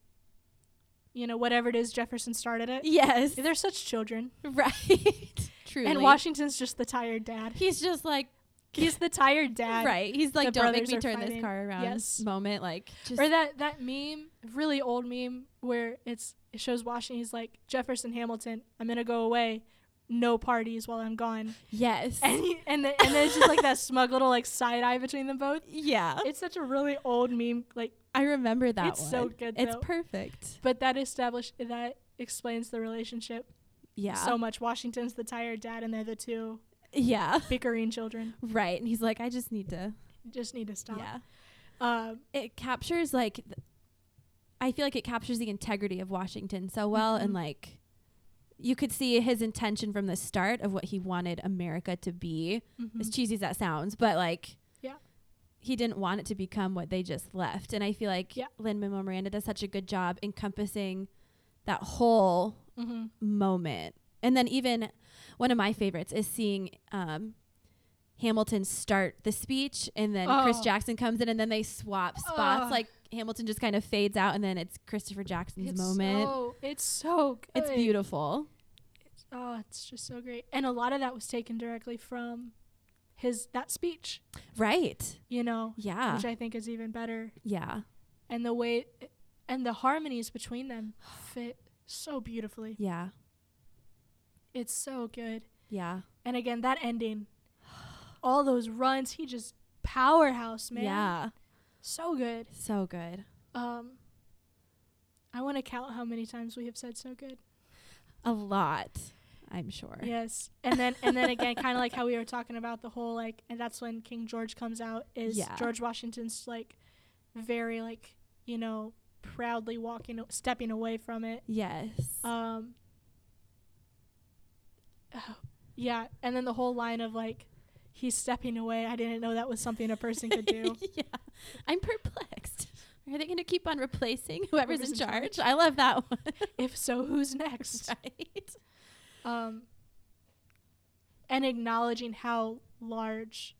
Speaker 1: you know, whatever it is, Jefferson started it.
Speaker 2: Yes.
Speaker 1: They're such children.
Speaker 2: Right. Truly.
Speaker 1: And Washington's just the tired dad.
Speaker 2: he's just like
Speaker 1: He's the tired dad.
Speaker 2: right. He's like,
Speaker 1: The
Speaker 2: don't make
Speaker 1: brothers
Speaker 2: me
Speaker 1: are
Speaker 2: turn
Speaker 1: fighting."
Speaker 2: this car around.
Speaker 1: Yes.
Speaker 2: Moment, like just
Speaker 1: Or that that meme, really old meme, where it's it shows Washington. He's like Jefferson Hamilton. I'm gonna go away. No parties while I'm gone.
Speaker 2: yes.
Speaker 1: And he, and the, and then it's just like that smug little like side eye between them both.
Speaker 2: yeah,
Speaker 1: It's such a really old meme. Like,
Speaker 2: I remember that.
Speaker 1: It's so
Speaker 2: one.
Speaker 1: good,
Speaker 2: It's
Speaker 1: though.
Speaker 2: perfect.
Speaker 1: but that established that explains the relationship
Speaker 2: Yeah.
Speaker 1: so much. Washington's the tired dad, and they're the two
Speaker 2: yeah.
Speaker 1: bickering children.
Speaker 2: Right. And he's like, I just need to.
Speaker 1: Just need to stop.
Speaker 2: Yeah.
Speaker 1: Um,
Speaker 2: It captures like, th- I feel like it captures the integrity of Washington so well,
Speaker 1: Mhm.
Speaker 2: and like, you could see his intention from the start of what he wanted America to be. as
Speaker 1: mhm.
Speaker 2: cheesy as that sounds, but like,
Speaker 1: Yeah.
Speaker 2: he didn't want it to become what they just left. And I feel like
Speaker 1: Yeah.
Speaker 2: Lin Manuel Miranda does such a good job encompassing that whole
Speaker 1: Mhm.
Speaker 2: moment. And then even one of my favorites is seeing um, Hamilton start the speech, and then Chris
Speaker 1: Oh.
Speaker 2: Jackson comes in, and then they swap spots.
Speaker 1: Oh.
Speaker 2: Like Hamilton just kind of fades out, and then it's Christopher Jackson's
Speaker 1: It's
Speaker 2: moment.
Speaker 1: so it's so good.
Speaker 2: it's beautiful.
Speaker 1: Oh, it's just so great. And a lot of that was taken directly from his that speech,
Speaker 2: Right.
Speaker 1: you know,
Speaker 2: Yeah.
Speaker 1: which I think is even better.
Speaker 2: Yeah.
Speaker 1: And the way and the harmonies between them fit so beautifully.
Speaker 2: Yeah.
Speaker 1: It's so good.
Speaker 2: Yeah.
Speaker 1: And again, that ending, all those runs, he just powerhouse, man.
Speaker 2: Yeah.
Speaker 1: So good.
Speaker 2: So good.
Speaker 1: Um I want to count how many times we have said so good.
Speaker 2: A lot, I'm sure.
Speaker 1: Yes. And then and then again kind of like how we were talking about the whole like and that's when King George comes out is
Speaker 2: Yeah.
Speaker 1: George Washington's like very like, you know, proudly walking stepping away from it.
Speaker 2: Yes.
Speaker 1: Um Yeah, and then the whole line of like he's stepping away. I didn't know that was something a person could do.
Speaker 2: yeah. I'm perplexed. Are they going to keep on replacing whoever's, in,
Speaker 1: Whoever's in
Speaker 2: charge?
Speaker 1: charge.
Speaker 2: I love that one.
Speaker 1: if so, who's next?
Speaker 2: right.
Speaker 1: um, and acknowledging how large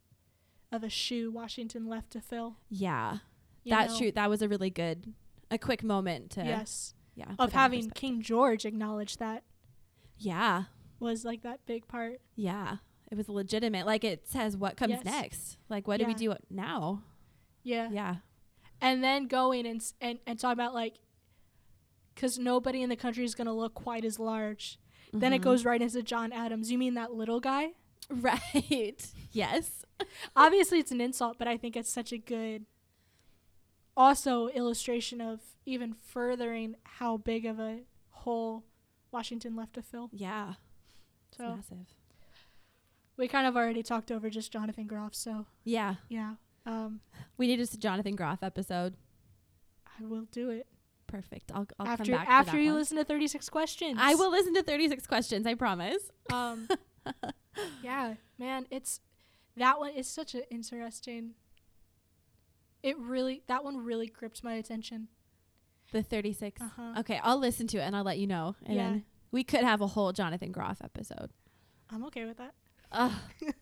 Speaker 1: of a shoe Washington left to fill.
Speaker 2: Yeah.
Speaker 1: you
Speaker 2: that
Speaker 1: know?
Speaker 2: shoot that was a really good a quick moment to
Speaker 1: yes,
Speaker 2: yeah. put that in
Speaker 1: of having
Speaker 2: perspective.
Speaker 1: King George acknowledge that
Speaker 2: Yeah.
Speaker 1: was like that big part.
Speaker 2: Yeah. It was legitimate. Like it says what comes
Speaker 1: Yes.
Speaker 2: next. Like what do we do now?
Speaker 1: Yeah,
Speaker 2: Yeah.
Speaker 1: and then going and s- and and talking about like, because nobody in the country is gonna look quite as large. Then it
Speaker 2: Mhm.
Speaker 1: goes right into John Adams. You mean that little guy?
Speaker 2: right. yes.
Speaker 1: Obviously, it's an insult, but I think it's such a good, also illustration of even furthering how big of a hole Washington left to fill.
Speaker 2: Yeah. It's
Speaker 1: So
Speaker 2: massive.
Speaker 1: we kind of already talked over just Jonathan Groff. So
Speaker 2: Yeah.
Speaker 1: yeah, um,
Speaker 2: We need just a Jonathan Groff episode.
Speaker 1: I will do it
Speaker 2: Perfect. I'll, I'll
Speaker 1: after
Speaker 2: come back to
Speaker 1: after
Speaker 2: that
Speaker 1: you
Speaker 2: one.
Speaker 1: listen to thirty six questions.
Speaker 2: I will listen to 36 questions, I promise.
Speaker 1: Um, yeah, man, it's that one is such an interesting. It really that one really gripped my attention.
Speaker 2: The 36.
Speaker 1: Uh-huh.
Speaker 2: Okay, I'll listen to it and I'll let you know. And
Speaker 1: Yeah.
Speaker 2: then we could have a whole Jonathan Groff episode.
Speaker 1: I'm okay with that.
Speaker 2: Ugh.
Speaker 1: It's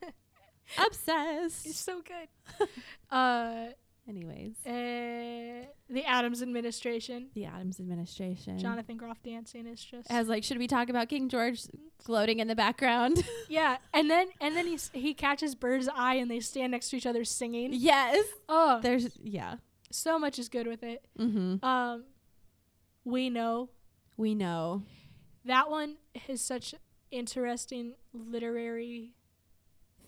Speaker 2: Obsessed.
Speaker 1: so good. uh,
Speaker 2: Anyways,
Speaker 1: eh, the Adams administration.
Speaker 2: the Adams administration.
Speaker 1: Jonathan Groff dancing is just
Speaker 2: As like, should we talk about King George gloating in the background?
Speaker 1: yeah, and then and then he s- he catches Bird's eye and they stand next to each other singing.
Speaker 2: yes.
Speaker 1: Oh,
Speaker 2: There's yeah.
Speaker 1: so much is good with it.
Speaker 2: Mm-hmm.
Speaker 1: Um, we know
Speaker 2: We know.
Speaker 1: that one has such interesting literary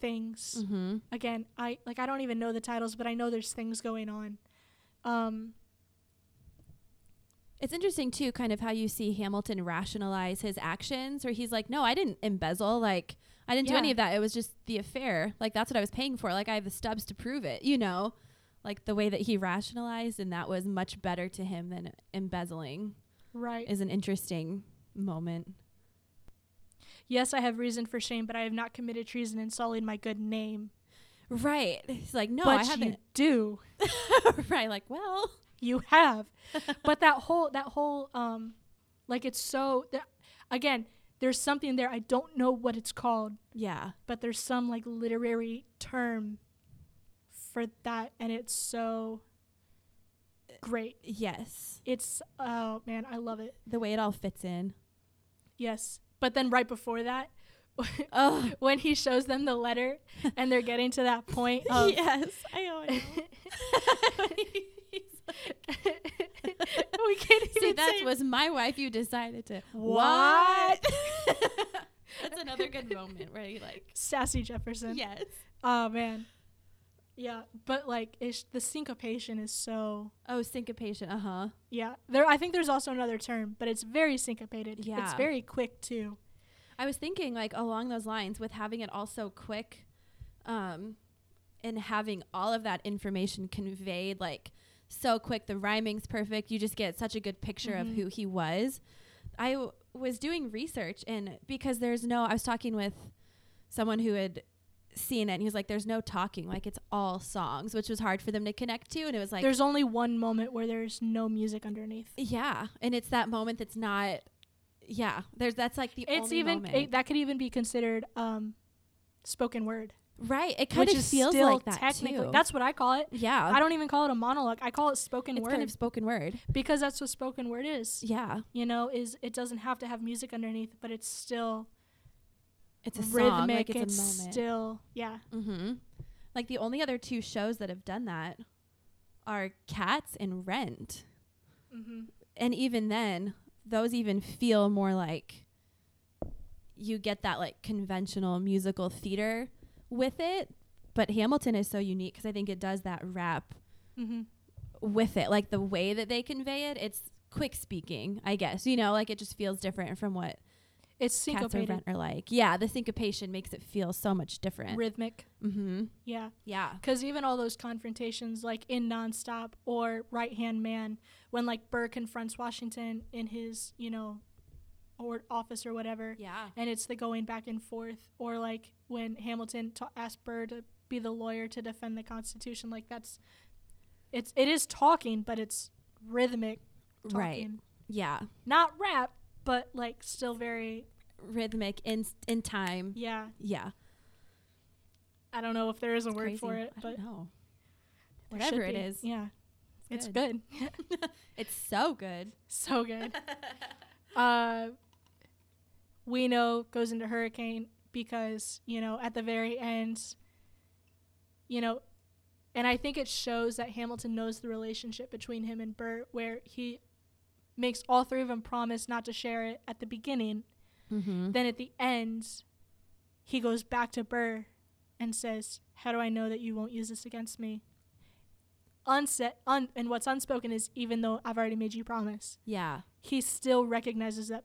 Speaker 1: things.
Speaker 2: Mm-hmm.
Speaker 1: Again, I like I don't even know the titles, but I know there's things going on. Um,
Speaker 2: It's interesting too, kind of how you see Hamilton rationalize his actions, where he's like, "No, I didn't embezzle. Like, I didn't
Speaker 1: Yeah.
Speaker 2: do any of that. It was just the affair. Like, that's what I was paying for. Like, I have the stubs to prove it. You know, like the way that he rationalized, and that was much better to him than embezzling.
Speaker 1: right.
Speaker 2: Is an interesting moment.
Speaker 1: Yes, I have reason for shame, but I have not committed treason and sullied my good name.
Speaker 2: Right. He's like, no,
Speaker 1: but
Speaker 2: I
Speaker 1: you
Speaker 2: haven't.
Speaker 1: do.
Speaker 2: right. Like, well,
Speaker 1: You have. but that whole that whole um like it's so that, again, there's something there I don't know what it's called,
Speaker 2: yeah,
Speaker 1: but there's some like literary term for that and it's so great.
Speaker 2: yes.
Speaker 1: It's oh man, I love it.
Speaker 2: The way it all fits in.
Speaker 1: Yes. But then right before that
Speaker 2: Oh,
Speaker 1: when he shows them the letter and they're getting to that point of
Speaker 2: yes. I know. I know. He's
Speaker 1: we can't even
Speaker 2: See, that
Speaker 1: say
Speaker 2: was my wife. You decided to
Speaker 1: What?
Speaker 2: That's another good moment where you like,
Speaker 1: sassy Jefferson.
Speaker 2: yes.
Speaker 1: Oh man. Yeah, but like it's, the syncopation is so
Speaker 2: Oh, syncopation. Uh
Speaker 1: uh-huh.
Speaker 2: huh.
Speaker 1: yeah. There, I think there's also another term, but it's very syncopated. it's
Speaker 2: Yeah.
Speaker 1: very quick too.
Speaker 2: I was thinking like along those lines with having it all so quick, um, and having all of that information conveyed like so quick. The rhyming's perfect. You just get such a good picture
Speaker 1: Mhm.
Speaker 2: of who he was. I w- was doing research and because there's no, I was talking with someone who had seen it and he was like, "There's no talking. Like it's all songs," which was hard for them to connect to. And it was like,
Speaker 1: there's only one moment where there's no music underneath.
Speaker 2: Yeah, and it's that moment that's not. Yeah, there's that's like the
Speaker 1: It's
Speaker 2: only
Speaker 1: even
Speaker 2: moment.
Speaker 1: it, that could even be considered um, spoken word,
Speaker 2: right. It kind
Speaker 1: which
Speaker 2: of
Speaker 1: is
Speaker 2: feels
Speaker 1: still
Speaker 2: like that
Speaker 1: technically.
Speaker 2: too.
Speaker 1: That's what I call it.
Speaker 2: yeah.
Speaker 1: I don't even call it a monologue. I call it spoken
Speaker 2: it's
Speaker 1: word
Speaker 2: kind of spoken word.
Speaker 1: because that's what spoken word is.
Speaker 2: Yeah,
Speaker 1: you know is it doesn't have to have music underneath but it's still
Speaker 2: It's a
Speaker 1: rhythmic.
Speaker 2: song, like it's,
Speaker 1: it's
Speaker 2: a moment.
Speaker 1: still yeah.
Speaker 2: mm-hmm. Like the only other two shows that have done that are Cats and Rent,
Speaker 1: Mm-hmm.
Speaker 2: and even then, those even feel more like you get that like conventional musical theater with it. But Hamilton is so unique because I think it does that rap
Speaker 1: Mm-hmm.
Speaker 2: with it like the way that they convey it it's quick speaking i guess you know like it just feels different from what
Speaker 1: It's
Speaker 2: cats or
Speaker 1: syncopated,
Speaker 2: rent are like yeah the syncopation makes it feel so much different
Speaker 1: rhythmic.
Speaker 2: mm-hmm
Speaker 1: Yeah.
Speaker 2: yeah
Speaker 1: Because even all those confrontations, like in Nonstop or Right Hand Man, when like Burr confronts Washington in his, you know, or office or whatever,
Speaker 2: yeah
Speaker 1: and it's the going back and forth, or like when Hamilton ta- asked Burr to be the lawyer to defend the Constitution, like that's, it's it is talking, but it's rhythmic talking,
Speaker 2: right yeah
Speaker 1: not rap, but like still very
Speaker 2: rhythmic in in time
Speaker 1: yeah.
Speaker 2: yeah
Speaker 1: I don't know if there is a word for
Speaker 2: Crazy.
Speaker 1: it,
Speaker 2: I
Speaker 1: but
Speaker 2: don't know.
Speaker 1: there should
Speaker 2: whatever it
Speaker 1: be.
Speaker 2: is
Speaker 1: yeah,
Speaker 2: it's
Speaker 1: it's
Speaker 2: good.
Speaker 1: good.
Speaker 2: it's so good
Speaker 1: So good. uh, we know goes into hurricane because you know at the very end, you know, and I think it shows that Hamilton knows the relationship between him and Bert, where he makes all three of them promise not to share it at the beginning.
Speaker 2: mm-hmm.
Speaker 1: Then at the end, he goes back to Burr and says, "How do I know that you won't use this against me?" Unset, un- and what's unspoken is even though I've already made you promise
Speaker 2: yeah
Speaker 1: he still recognizes that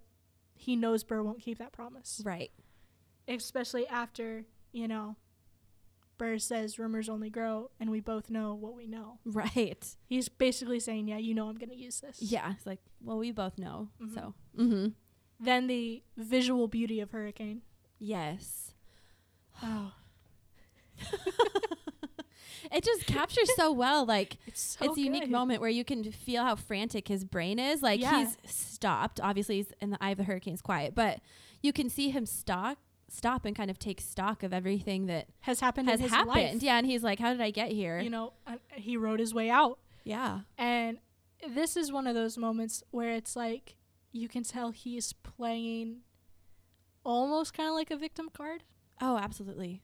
Speaker 1: he knows Burr won't keep that promise.
Speaker 2: right
Speaker 1: Especially after, you know, Burr says rumors only grow and we both know what we know.
Speaker 2: right
Speaker 1: He's basically saying, yeah, you know I'm going to use this.
Speaker 2: yeah it's like well we both know
Speaker 1: Mhm.
Speaker 2: so mm-hmm
Speaker 1: Then the visual beauty of Hurricane.
Speaker 2: yes
Speaker 1: Oh,
Speaker 2: it just captures so well like
Speaker 1: it's so
Speaker 2: it's a unique
Speaker 1: Oh, good.
Speaker 2: moment where you can feel how frantic his brain is. Like
Speaker 1: Yeah.
Speaker 2: he's stopped. Obviously, he's in the eye of the hurricane's quiet, but you can see him stop, stop, and kind of take stock of everything that
Speaker 1: Has happened
Speaker 2: has
Speaker 1: in his
Speaker 2: happened.
Speaker 1: life.
Speaker 2: Yeah, and he's like, "How did I get here?"
Speaker 1: You know, uh, he rode his way out.
Speaker 2: yeah,
Speaker 1: And this is one of those moments where it's like you can tell he's playing almost kind of like a victim card,
Speaker 2: oh, absolutely.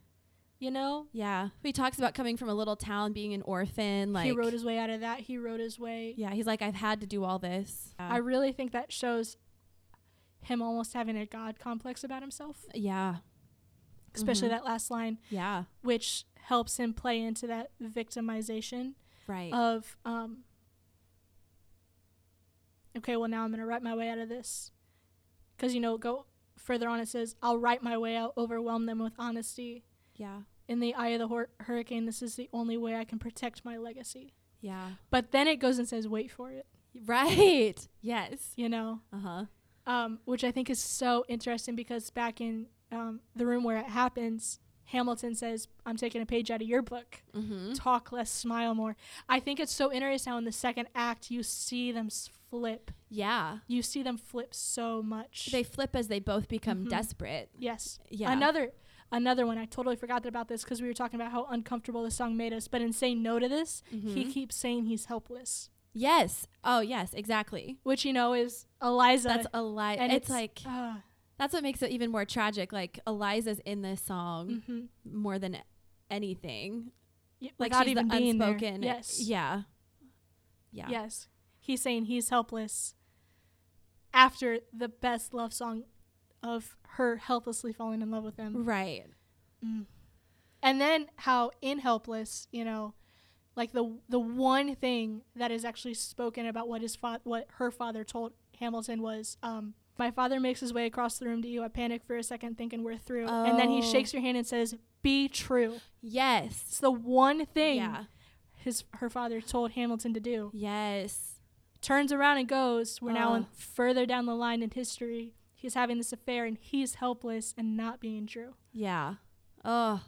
Speaker 1: you know?
Speaker 2: Yeah, he talks about coming from a little town, being an orphan. Like
Speaker 1: he rode his way out of that. He rode his way.
Speaker 2: Yeah, he's like, "I've had to do all this."
Speaker 1: I really think that shows him almost having a god complex about himself,
Speaker 2: yeah,
Speaker 1: especially
Speaker 2: Mhm.
Speaker 1: that last line,
Speaker 2: yeah,
Speaker 1: which helps him play into that victimization
Speaker 2: right.
Speaker 1: of, um, okay, well, now I'm going to write my way out of this. Because, you know, go further on, it says, I'll write my way out, overwhelm them with honesty.
Speaker 2: yeah,
Speaker 1: In the eye of the hor- hurricane, this is the only way I can protect my legacy.
Speaker 2: yeah,
Speaker 1: But then it goes and says, wait for it,
Speaker 2: right. Yes.
Speaker 1: you know?
Speaker 2: Uh huh.
Speaker 1: um, which I think is so interesting because back in um, the room where it happens, Hamilton says, "I'm taking a page out of your book.
Speaker 2: Mm-hmm.
Speaker 1: Talk less, smile more." I think it's so interesting how in the second act you see them s- flip.
Speaker 2: Yeah.
Speaker 1: You see them flip so much.
Speaker 2: They flip as they both become
Speaker 1: Mhm.
Speaker 2: desperate.
Speaker 1: yes.
Speaker 2: Yeah.
Speaker 1: Another another one. I totally forgot about this because we were talking about how uncomfortable the song made us. But in saying no to this, he
Speaker 2: Mhm.
Speaker 1: keeps saying he's helpless,
Speaker 2: yes. Oh, yes. Exactly.
Speaker 1: which you know is Eliza.
Speaker 2: That's a lie.
Speaker 1: and
Speaker 2: it's,
Speaker 1: it's-
Speaker 2: like
Speaker 1: uh,
Speaker 2: that's what makes it even more tragic. Like Eliza's in this song
Speaker 1: mhm.
Speaker 2: more than anything.
Speaker 1: Y-
Speaker 2: Like
Speaker 1: without
Speaker 2: she's
Speaker 1: even
Speaker 2: the
Speaker 1: being there.
Speaker 2: unspoken.
Speaker 1: Yes.
Speaker 2: Yeah. Yeah.
Speaker 1: Yes. He's saying he's helpless after the best love song of her helplessly falling in love with him.
Speaker 2: Right.
Speaker 1: Mm. And then how in helpless, you know, like the the one thing that is actually spoken about what his fa- what her father told Hamilton was um my father makes his way across the room to you. I panic for a second thinking we're through. And then he
Speaker 2: Oh.
Speaker 1: shakes your hand and says, "Be true."
Speaker 2: Yes.
Speaker 1: It's the one thing
Speaker 2: Yeah.
Speaker 1: his her father told Hamilton to do.
Speaker 2: Yes.
Speaker 1: turns around and goes. We're now in
Speaker 2: Ugh.
Speaker 1: further down the line in history. He's having this affair and he's helpless and not being true.
Speaker 2: Yeah. Oh.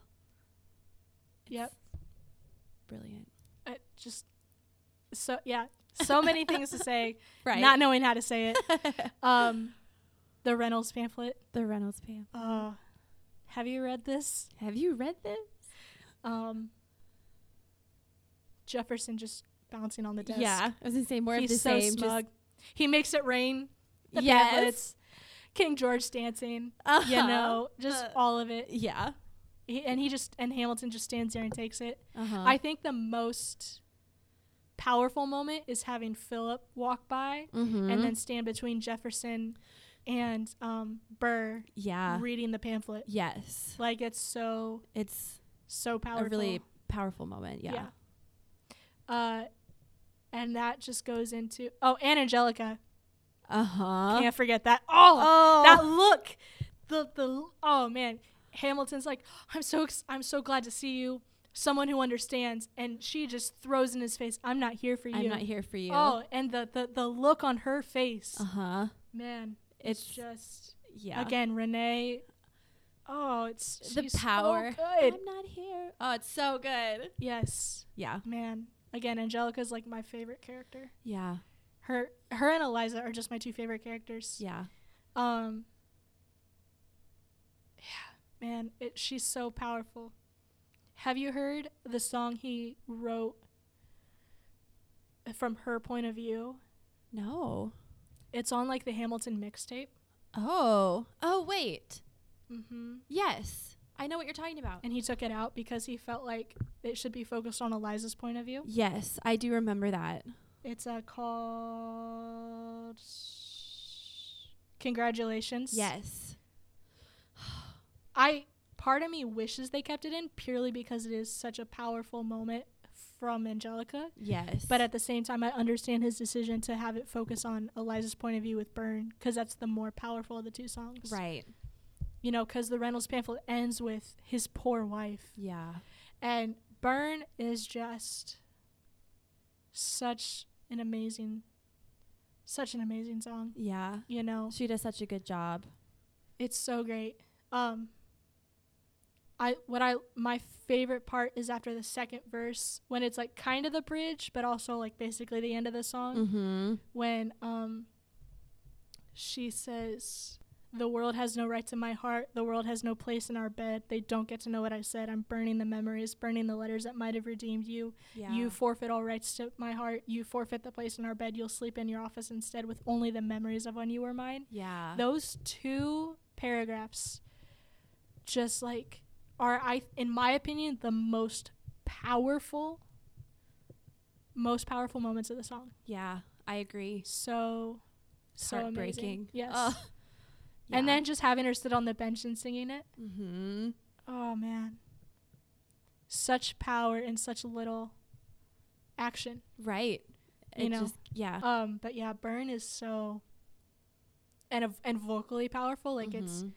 Speaker 1: Yep.
Speaker 2: Brilliant.
Speaker 1: I just so yeah, so many things to say,
Speaker 2: Right.
Speaker 1: not knowing how to say it. Um, the Reynolds pamphlet.
Speaker 2: the Reynolds Pam.
Speaker 1: Uh, have you read this?
Speaker 2: Have you read this?
Speaker 1: Um, Jefferson just bouncing on the desk.
Speaker 2: Yeah. I was gonna say more
Speaker 1: he's
Speaker 2: of the
Speaker 1: so
Speaker 2: same.
Speaker 1: smug. he makes it rain. The
Speaker 2: Just, yes.
Speaker 1: pamphlets. King George dancing, you
Speaker 2: Uh-huh.
Speaker 1: know, just
Speaker 2: Uh.
Speaker 1: all of it.
Speaker 2: Yeah.
Speaker 1: He, and he just and Hamilton just stands there and takes it.
Speaker 2: Uh-huh.
Speaker 1: I think the most powerful moment is having Philip walk by
Speaker 2: mm-hmm.
Speaker 1: and then stand between Jefferson and um, Burr
Speaker 2: yeah.
Speaker 1: reading the pamphlet.
Speaker 2: yes.
Speaker 1: Like it's so
Speaker 2: It's
Speaker 1: so powerful.
Speaker 2: a really powerful moment. Yeah.
Speaker 1: Uh, and that just goes into oh, and Angelica.
Speaker 2: Uh-huh.
Speaker 1: Can't forget that. Oh,
Speaker 2: Oh.
Speaker 1: that look. The the oh man, Hamilton's like I'm so ex- I'm so glad to see you. Someone who understands, and she just throws in his face, "I'm not here for you."
Speaker 2: I'm not here for you.
Speaker 1: Oh, and the the, the look on her face,
Speaker 2: Uh-huh.
Speaker 1: man, it's,
Speaker 2: It's-
Speaker 1: just
Speaker 2: Yeah.
Speaker 1: again Renee. Oh, it's
Speaker 2: The
Speaker 1: she's so
Speaker 2: power.
Speaker 1: good.
Speaker 2: I'm not here. Oh, it's so good.
Speaker 1: Yes,
Speaker 2: Yeah.
Speaker 1: man. Again, Angelica's like my favorite character.
Speaker 2: Yeah.
Speaker 1: Her her and Eliza are just my two favorite characters.
Speaker 2: Yeah.
Speaker 1: Um. Yeah, man, it, she's so powerful. Have you heard the song he wrote from her point of view?
Speaker 2: No.
Speaker 1: It's on like the Hamilton mixtape.
Speaker 2: Oh. Oh, wait.
Speaker 1: Mm-hmm.
Speaker 2: Yes. I know what you're talking about.
Speaker 1: And he took it out because he felt like it should be focused on Eliza's point of view.
Speaker 2: Yes, I do remember that.
Speaker 1: It's uh, called Congratulations.
Speaker 2: Yes.
Speaker 1: I part of me wishes they kept it in purely because it is such a powerful moment from Angelica.
Speaker 2: Yes.
Speaker 1: But at the same time, I understand his decision to have it focus on Eliza's point of view with Burn because that's the more powerful of the two songs.
Speaker 2: right.
Speaker 1: You know, because the Reynolds pamphlet ends with his poor wife.
Speaker 2: Yeah.
Speaker 1: And Burn is just such an amazing, such an amazing song.
Speaker 2: Yeah.
Speaker 1: You know,
Speaker 2: She does such a good job.
Speaker 1: it's so great. Um, I what I my favorite part is after the second verse when it's like kind of the bridge, but also like basically the end of the song
Speaker 2: Mm-hmm.
Speaker 1: when um she says. The world has no right to my heart. The world has no place in our bed. They don't get to know what I said. I'm burning the memories, burning the letters that might have redeemed you.
Speaker 2: Yeah.
Speaker 1: You forfeit all rights to my heart. You forfeit the place in our bed. You'll sleep in your office instead with only the memories of when you were mine.
Speaker 2: yeah.
Speaker 1: Those two paragraphs just like are I in my opinion the most powerful most powerful moments of the song.
Speaker 2: yeah. I agree.
Speaker 1: So so amazing.
Speaker 2: Heartbreaking.
Speaker 1: Yes.
Speaker 2: Ugh.
Speaker 1: And then just having her sit on the bench and singing it.
Speaker 2: Mm-hmm.
Speaker 1: Oh man. Such power in such little action.
Speaker 2: Right.
Speaker 1: You
Speaker 2: It
Speaker 1: know?
Speaker 2: Just, yeah.
Speaker 1: Um, but yeah, Burn is so and av- and vocally powerful. Like it's
Speaker 2: Mhm.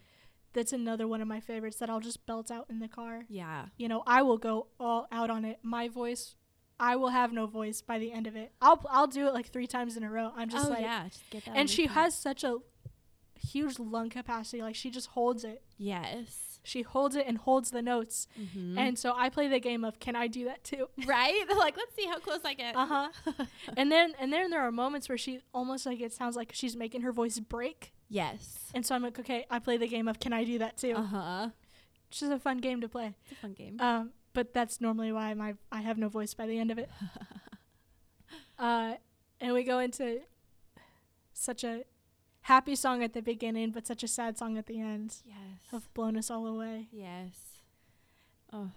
Speaker 1: that's another one of my favorites that I'll just belt out in the car.
Speaker 2: Yeah.
Speaker 1: You know, I will go all out on it. My voice, I will have no voice by the end of it. I'll I'll do it like three times in a row. I'm just
Speaker 2: oh
Speaker 1: like,
Speaker 2: yeah. Just get that on
Speaker 1: and she
Speaker 2: repeat.
Speaker 1: has such a huge lung capacity. Like she just holds it.
Speaker 2: Yes.
Speaker 1: She holds it and holds the notes.
Speaker 2: Mm-hmm.
Speaker 1: And so I play the game of can I do that too?
Speaker 2: right. They're like, let's see how close I get.
Speaker 1: Uh huh. and then and then there are moments where she almost like it sounds like she's making her voice break.
Speaker 2: yes.
Speaker 1: And so I'm like, okay, I play the game of can I do that too?
Speaker 2: Uh huh.
Speaker 1: Which is a fun game to play.
Speaker 2: It's a fun game.
Speaker 1: Um, but that's normally why my I have no voice by the end of it. uh, and we go into such a happy song at the beginning, but such a sad song at the end
Speaker 2: yes.
Speaker 1: of "Blown Us All Away."
Speaker 2: Yes. Oh.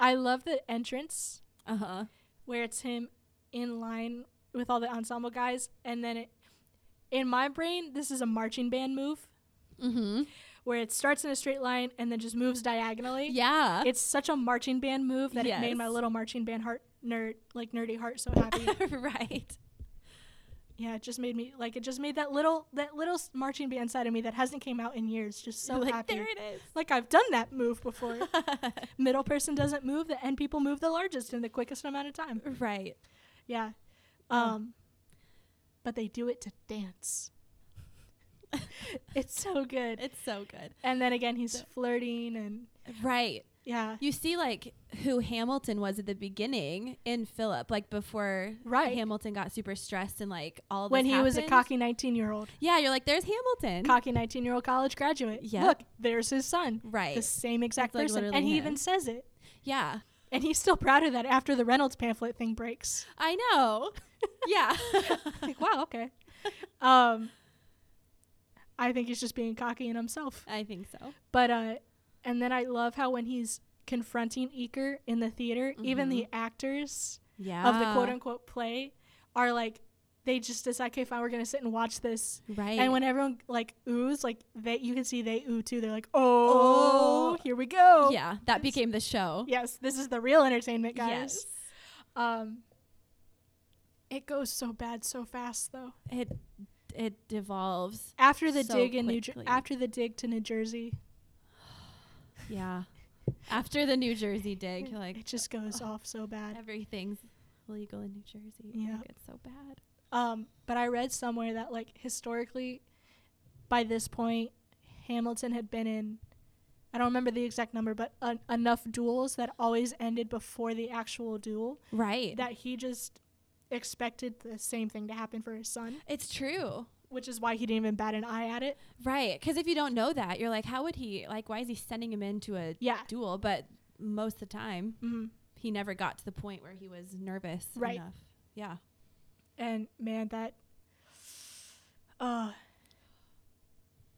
Speaker 1: I love the entrance
Speaker 2: Uh huh.
Speaker 1: where it's him in line with all the ensemble guys, and then it. In my brain, this is a marching band move
Speaker 2: Mm-hmm.
Speaker 1: where it starts in a straight line and then just moves diagonally.
Speaker 2: Yeah.
Speaker 1: it's such a marching band move that it made my
Speaker 2: Yes.
Speaker 1: little marching band heart nerd like nerdy heart so happy.
Speaker 2: right.
Speaker 1: yeah, it just made me like it just made that little that little s- marching band side of me that hasn't came out in years just so
Speaker 2: like
Speaker 1: happy.
Speaker 2: there it
Speaker 1: Like I've done that move before.
Speaker 2: is.
Speaker 1: Middle person doesn't move, the end people move the largest in the quickest amount of time.
Speaker 2: right.
Speaker 1: Yeah.
Speaker 2: Huh.
Speaker 1: Um but they do it to dance. it's so good.
Speaker 2: It's so good.
Speaker 1: And then again he's
Speaker 2: The-
Speaker 1: flirting and
Speaker 2: Right.
Speaker 1: yeah.
Speaker 2: You see like who Hamilton was at the beginning in Philip, like before
Speaker 1: Right.
Speaker 2: Hamilton got super stressed and like all
Speaker 1: When
Speaker 2: this
Speaker 1: he was a
Speaker 2: happened.
Speaker 1: cocky 19 year old.
Speaker 2: Yeah, you're like, there's Hamilton.
Speaker 1: cocky 19 year old college graduate.
Speaker 2: Yep.
Speaker 1: Look, there's his son.
Speaker 2: right.
Speaker 1: The same exact
Speaker 2: like
Speaker 1: person.
Speaker 2: literally
Speaker 1: And he
Speaker 2: him.
Speaker 1: even says it.
Speaker 2: yeah.
Speaker 1: And he's still proud of that after the Reynolds pamphlet thing breaks.
Speaker 2: I know. yeah.
Speaker 1: Like, wow, okay. Um, I think he's just being cocky in himself.
Speaker 2: I think so.
Speaker 1: But uh and then I love how when he's confronting Eaker in the theater, even
Speaker 2: Mhm.
Speaker 1: the actors
Speaker 2: Yeah.
Speaker 1: of the quote unquote play are like they just decide, okay, fine, we're gonna sit and watch this.
Speaker 2: Right.
Speaker 1: And when everyone like oohs, like they you can see they ooh too. They're like, Oh,
Speaker 2: Oh.
Speaker 1: here we go.
Speaker 2: yeah, that
Speaker 1: it's-
Speaker 2: became the show.
Speaker 1: Yes, this is the real entertainment, guys.
Speaker 2: Yes.
Speaker 1: Um it goes so bad so fast though.
Speaker 2: It it devolves.
Speaker 1: After the
Speaker 2: So
Speaker 1: dig in New Jer-
Speaker 2: quickly.
Speaker 1: after the dig to New Jersey,
Speaker 2: Yeah. After the New Jersey dig, you're like
Speaker 1: it just goes off so bad.
Speaker 2: everything's legal in New Jersey.
Speaker 1: Yeah.
Speaker 2: It's so bad.
Speaker 1: Um, but I read somewhere that like historically, by this point, Hamilton had been in, I don't remember the exact number, but en- enough duels that always ended before the actual duel
Speaker 2: Right.
Speaker 1: that he just expected the same thing to happen for his son,
Speaker 2: it's true.
Speaker 1: which is why he didn't even bat an eye at it.
Speaker 2: Right. Because if you don't know that, you're like, how would he, like, why is he sending him into a
Speaker 1: Yeah.
Speaker 2: duel? But most of the time,
Speaker 1: Mm.
Speaker 2: he never got to the point where he was nervous
Speaker 1: Right.
Speaker 2: enough. Yeah.
Speaker 1: and man that uh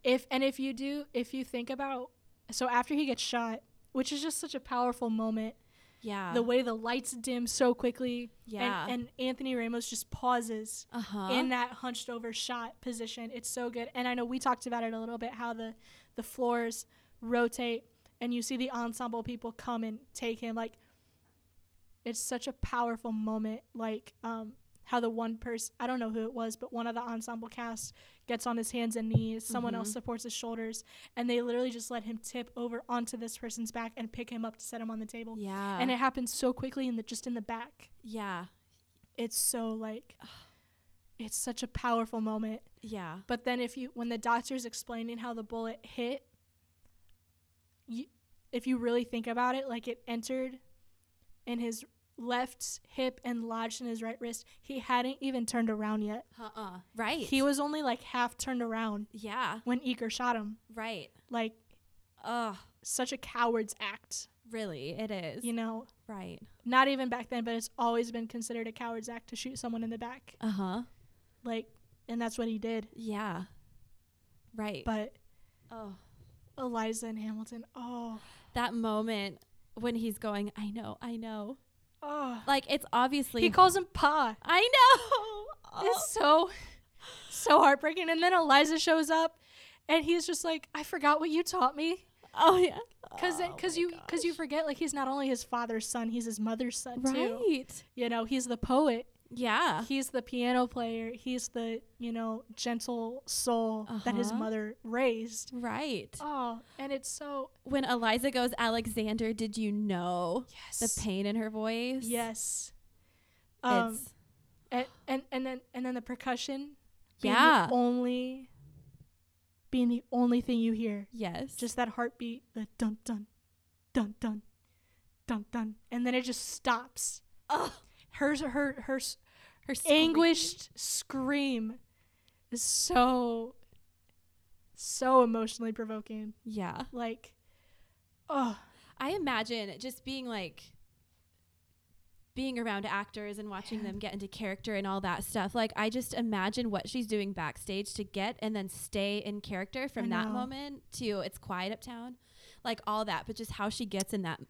Speaker 1: if and if you do if you think about so after he gets shot which is just such a powerful moment
Speaker 2: Yeah.
Speaker 1: the way the lights dim so quickly
Speaker 2: Yeah.
Speaker 1: and, and anthony ramos just pauses
Speaker 2: uh huh.
Speaker 1: in that hunched over shot position it's so good and i know we talked about it a little bit how the the floors rotate and you see the ensemble people come and take him like it's such a powerful moment like um how the one person i don't know who it was but one of the ensemble cast gets on his hands and knees someone else
Speaker 2: Mhm.
Speaker 1: supports his shoulders and they literally just let him tip over onto this person's back and pick him up to set him on the table
Speaker 2: yeah.
Speaker 1: and it happens so quickly in the just in the back
Speaker 2: yeah.
Speaker 1: it's so like it's such a powerful moment
Speaker 2: Yeah.
Speaker 1: but then if you when the doctor's explaining how the bullet hit, you, if you really think about it, like it entered in his left hip and lodged in his right wrist. He hadn't even turned around yet.
Speaker 2: Uh uh Right.
Speaker 1: He was only like half turned around
Speaker 2: yeah.
Speaker 1: when Eaker shot him.
Speaker 2: Right.
Speaker 1: Like
Speaker 2: Ugh.
Speaker 1: such a coward's act,
Speaker 2: Really, it is.
Speaker 1: you know.
Speaker 2: Right.
Speaker 1: Not even back then, but it's always been considered a coward's act to shoot someone in the back.
Speaker 2: Uh huh.
Speaker 1: Like and that's what he did.
Speaker 2: Yeah. Right.
Speaker 1: But
Speaker 2: oh,
Speaker 1: Eliza and Hamilton, oh,
Speaker 2: that moment when he's going, I know, I know.
Speaker 1: oh.
Speaker 2: Like it's obviously.
Speaker 1: He calls him Pa.
Speaker 2: I know. Oh,
Speaker 1: It's so, so heartbreaking. And then Eliza shows up, and he's just like, "I forgot what you taught me,"
Speaker 2: oh yeah.
Speaker 1: because
Speaker 2: Oh
Speaker 1: because
Speaker 2: my
Speaker 1: you because you forget like he's not only his father's son, he's his mother's son
Speaker 2: gosh.
Speaker 1: too.
Speaker 2: Right.
Speaker 1: You know, he's the poet,
Speaker 2: Yeah.
Speaker 1: he's the piano player, he's the you know gentle soul that his
Speaker 2: Uh-huh.
Speaker 1: mother raised.
Speaker 2: Right.
Speaker 1: Oh, and it's so
Speaker 2: When Eliza goes, Alexander, did you know
Speaker 1: yes,
Speaker 2: the pain in her voice?
Speaker 1: yes. Um,
Speaker 2: it's
Speaker 1: and, and and then and then the percussion, being
Speaker 2: yeah.
Speaker 1: the only, being the only thing you hear.
Speaker 2: Yes.
Speaker 1: just that heartbeat, the dun dun, dun dun, dun dun, and then it just stops.
Speaker 2: Ugh.
Speaker 1: Her her her s
Speaker 2: her scream.
Speaker 1: anguished scream is so so emotionally provoking.
Speaker 2: Yeah.
Speaker 1: Like, oh
Speaker 2: I imagine just being like being around actors and watching them get into character and all that stuff. Like I just imagine what she's doing backstage to get and then stay in character
Speaker 1: I
Speaker 2: from that
Speaker 1: know.
Speaker 2: moment to it's quiet uptown. Like all that, but just how she gets in that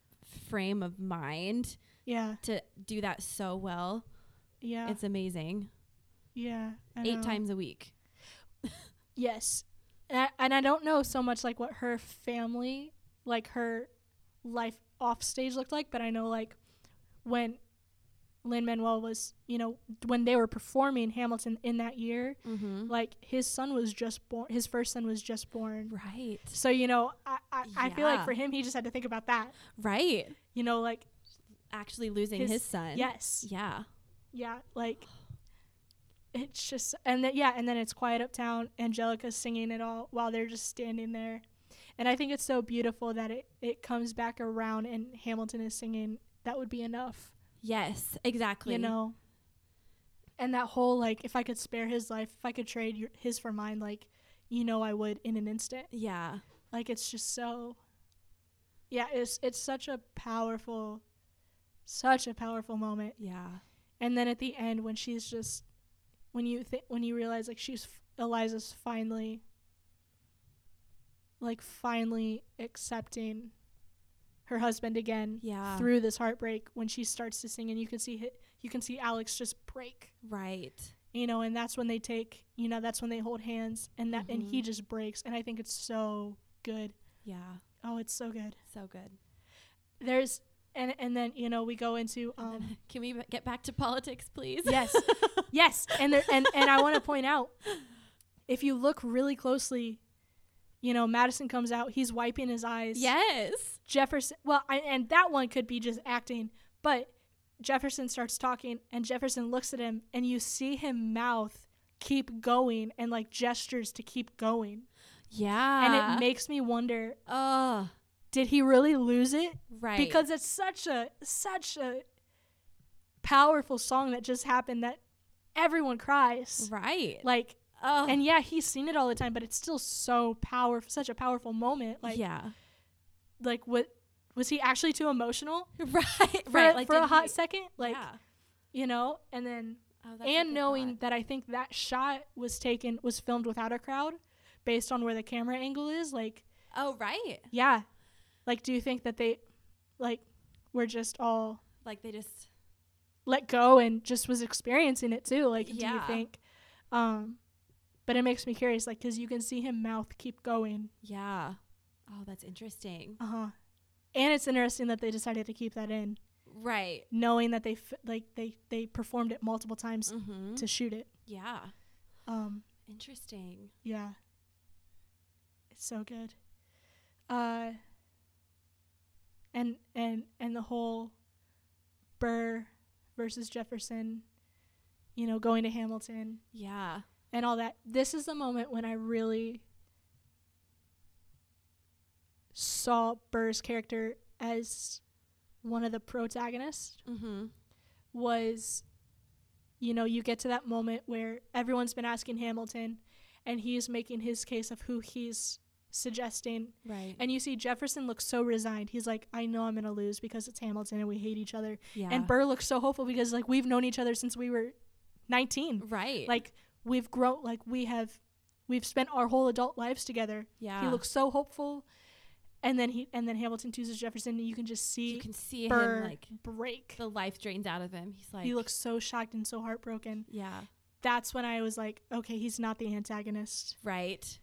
Speaker 2: frame of mind
Speaker 1: yeah
Speaker 2: to do that so well.
Speaker 1: yeah
Speaker 2: It's amazing.
Speaker 1: yeah I
Speaker 2: 8
Speaker 1: know.
Speaker 2: times a week.
Speaker 1: yes, and I, and I don't know so much like what her family like her life off stage looked like, but I know like when Lin Manuel was, you know, when they were performing Hamilton in that year,
Speaker 2: Mhm.
Speaker 1: like his son was just born, his first son was just born.
Speaker 2: Right.
Speaker 1: So, you know, I, I, I feel like
Speaker 2: Yeah.
Speaker 1: for him, he just had to think about that,
Speaker 2: Right.
Speaker 1: you know, like,
Speaker 2: Actually losing
Speaker 1: His-
Speaker 2: his, son.
Speaker 1: yes,
Speaker 2: Yeah.
Speaker 1: yeah, like it's just, and then, yeah, and then it's Quiet Uptown, Angelica singing it all while they're just standing there. And I think it's so beautiful that it, it comes back around and Hamilton is singing, That Would Be Enough.
Speaker 2: Yes, exactly.
Speaker 1: you know and that whole like if i could spare his life if i could trade your, his for mine like you know i would in an instant
Speaker 2: Yeah.
Speaker 1: like it's just so yeah it's it's such a powerful such a powerful moment
Speaker 2: Yeah.
Speaker 1: and then at the end when she's just when you think when you realize like she's eliza's finally like finally accepting her husband again
Speaker 2: Yeah.
Speaker 1: through this heartbreak when she starts to sing and you can see hi- you can see Alex just break
Speaker 2: Right.
Speaker 1: you know and that's when they take you know that's when they hold hands and that and he just breaks and I think it's so good
Speaker 2: Yeah.
Speaker 1: oh it's so good
Speaker 2: So good.
Speaker 1: there's and and then you know we go into um
Speaker 2: Can we b- get back to politics, please?
Speaker 1: yes yes and there and and I want to point out if you look really closely you know Madison comes out he's wiping his eyes
Speaker 2: Yes.
Speaker 1: Jefferson. Well, I, and that one could be just acting, but Jefferson starts talking, and Jefferson looks at him, and you see him mouth keep going and like gestures to keep going,
Speaker 2: Yeah.
Speaker 1: and it makes me wonder:
Speaker 2: Oh,
Speaker 1: Did he really lose it?
Speaker 2: right.
Speaker 1: Uh, Because it's such a such a powerful song that just happened that everyone cries.
Speaker 2: right.
Speaker 1: Like,
Speaker 2: oh,
Speaker 1: and yeah, he's seen it all the time, but it's still so powerful, such a powerful moment. Like,
Speaker 2: yeah.
Speaker 1: like what was he actually too emotional?
Speaker 2: Right.
Speaker 1: for,
Speaker 2: right.
Speaker 1: like for a
Speaker 2: did
Speaker 1: hot
Speaker 2: he-
Speaker 1: second like
Speaker 2: yeah.
Speaker 1: you know and then
Speaker 2: Oh, that's a
Speaker 1: and
Speaker 2: good
Speaker 1: knowing
Speaker 2: thought.
Speaker 1: that i think that shot was taken was filmed without a crowd based on where the camera angle is like
Speaker 2: Oh, right.
Speaker 1: yeah like do you think that they like were just all
Speaker 2: Like they just.
Speaker 1: let go and just was experiencing it too like do you
Speaker 2: Yeah.
Speaker 1: think um but it makes me curious like because you can see him mouth keep going
Speaker 2: Yeah. Oh, that's interesting.
Speaker 1: uh-huh and it's interesting that they decided to keep that in
Speaker 2: Right.
Speaker 1: knowing that they f- like they they performed it multiple times
Speaker 2: Mm-hmm.
Speaker 1: to shoot it
Speaker 2: Yeah.
Speaker 1: um
Speaker 2: Interesting.
Speaker 1: Yeah. It's so good. Uh and and and the whole Burr versus Jefferson, you know, going to Hamilton
Speaker 2: Yeah.
Speaker 1: and all that. This is the moment when I really saw Burr's character as one of the protagonists
Speaker 2: Mm-hmm.
Speaker 1: was you know you get to that moment where everyone's been asking hamilton and he's making his case of who he's suggesting
Speaker 2: Right.
Speaker 1: and you see jefferson looks so resigned he's like i know i'm gonna lose because it's hamilton and we hate each other
Speaker 2: yeah.
Speaker 1: and burr looks so hopeful because like we've known each other since we were 19
Speaker 2: Right.
Speaker 1: like we've grown like we have we've spent our whole adult lives together
Speaker 2: yeah.
Speaker 1: he looks so hopeful and then he and then hamilton chooses jefferson and you can just see
Speaker 2: You can see
Speaker 1: burr
Speaker 2: him like
Speaker 1: break
Speaker 2: the life drains out of him. He's like.
Speaker 1: he looks so shocked and so heartbroken.
Speaker 2: Yeah.
Speaker 1: That's when I was like, okay, he's not the antagonist.
Speaker 2: Right.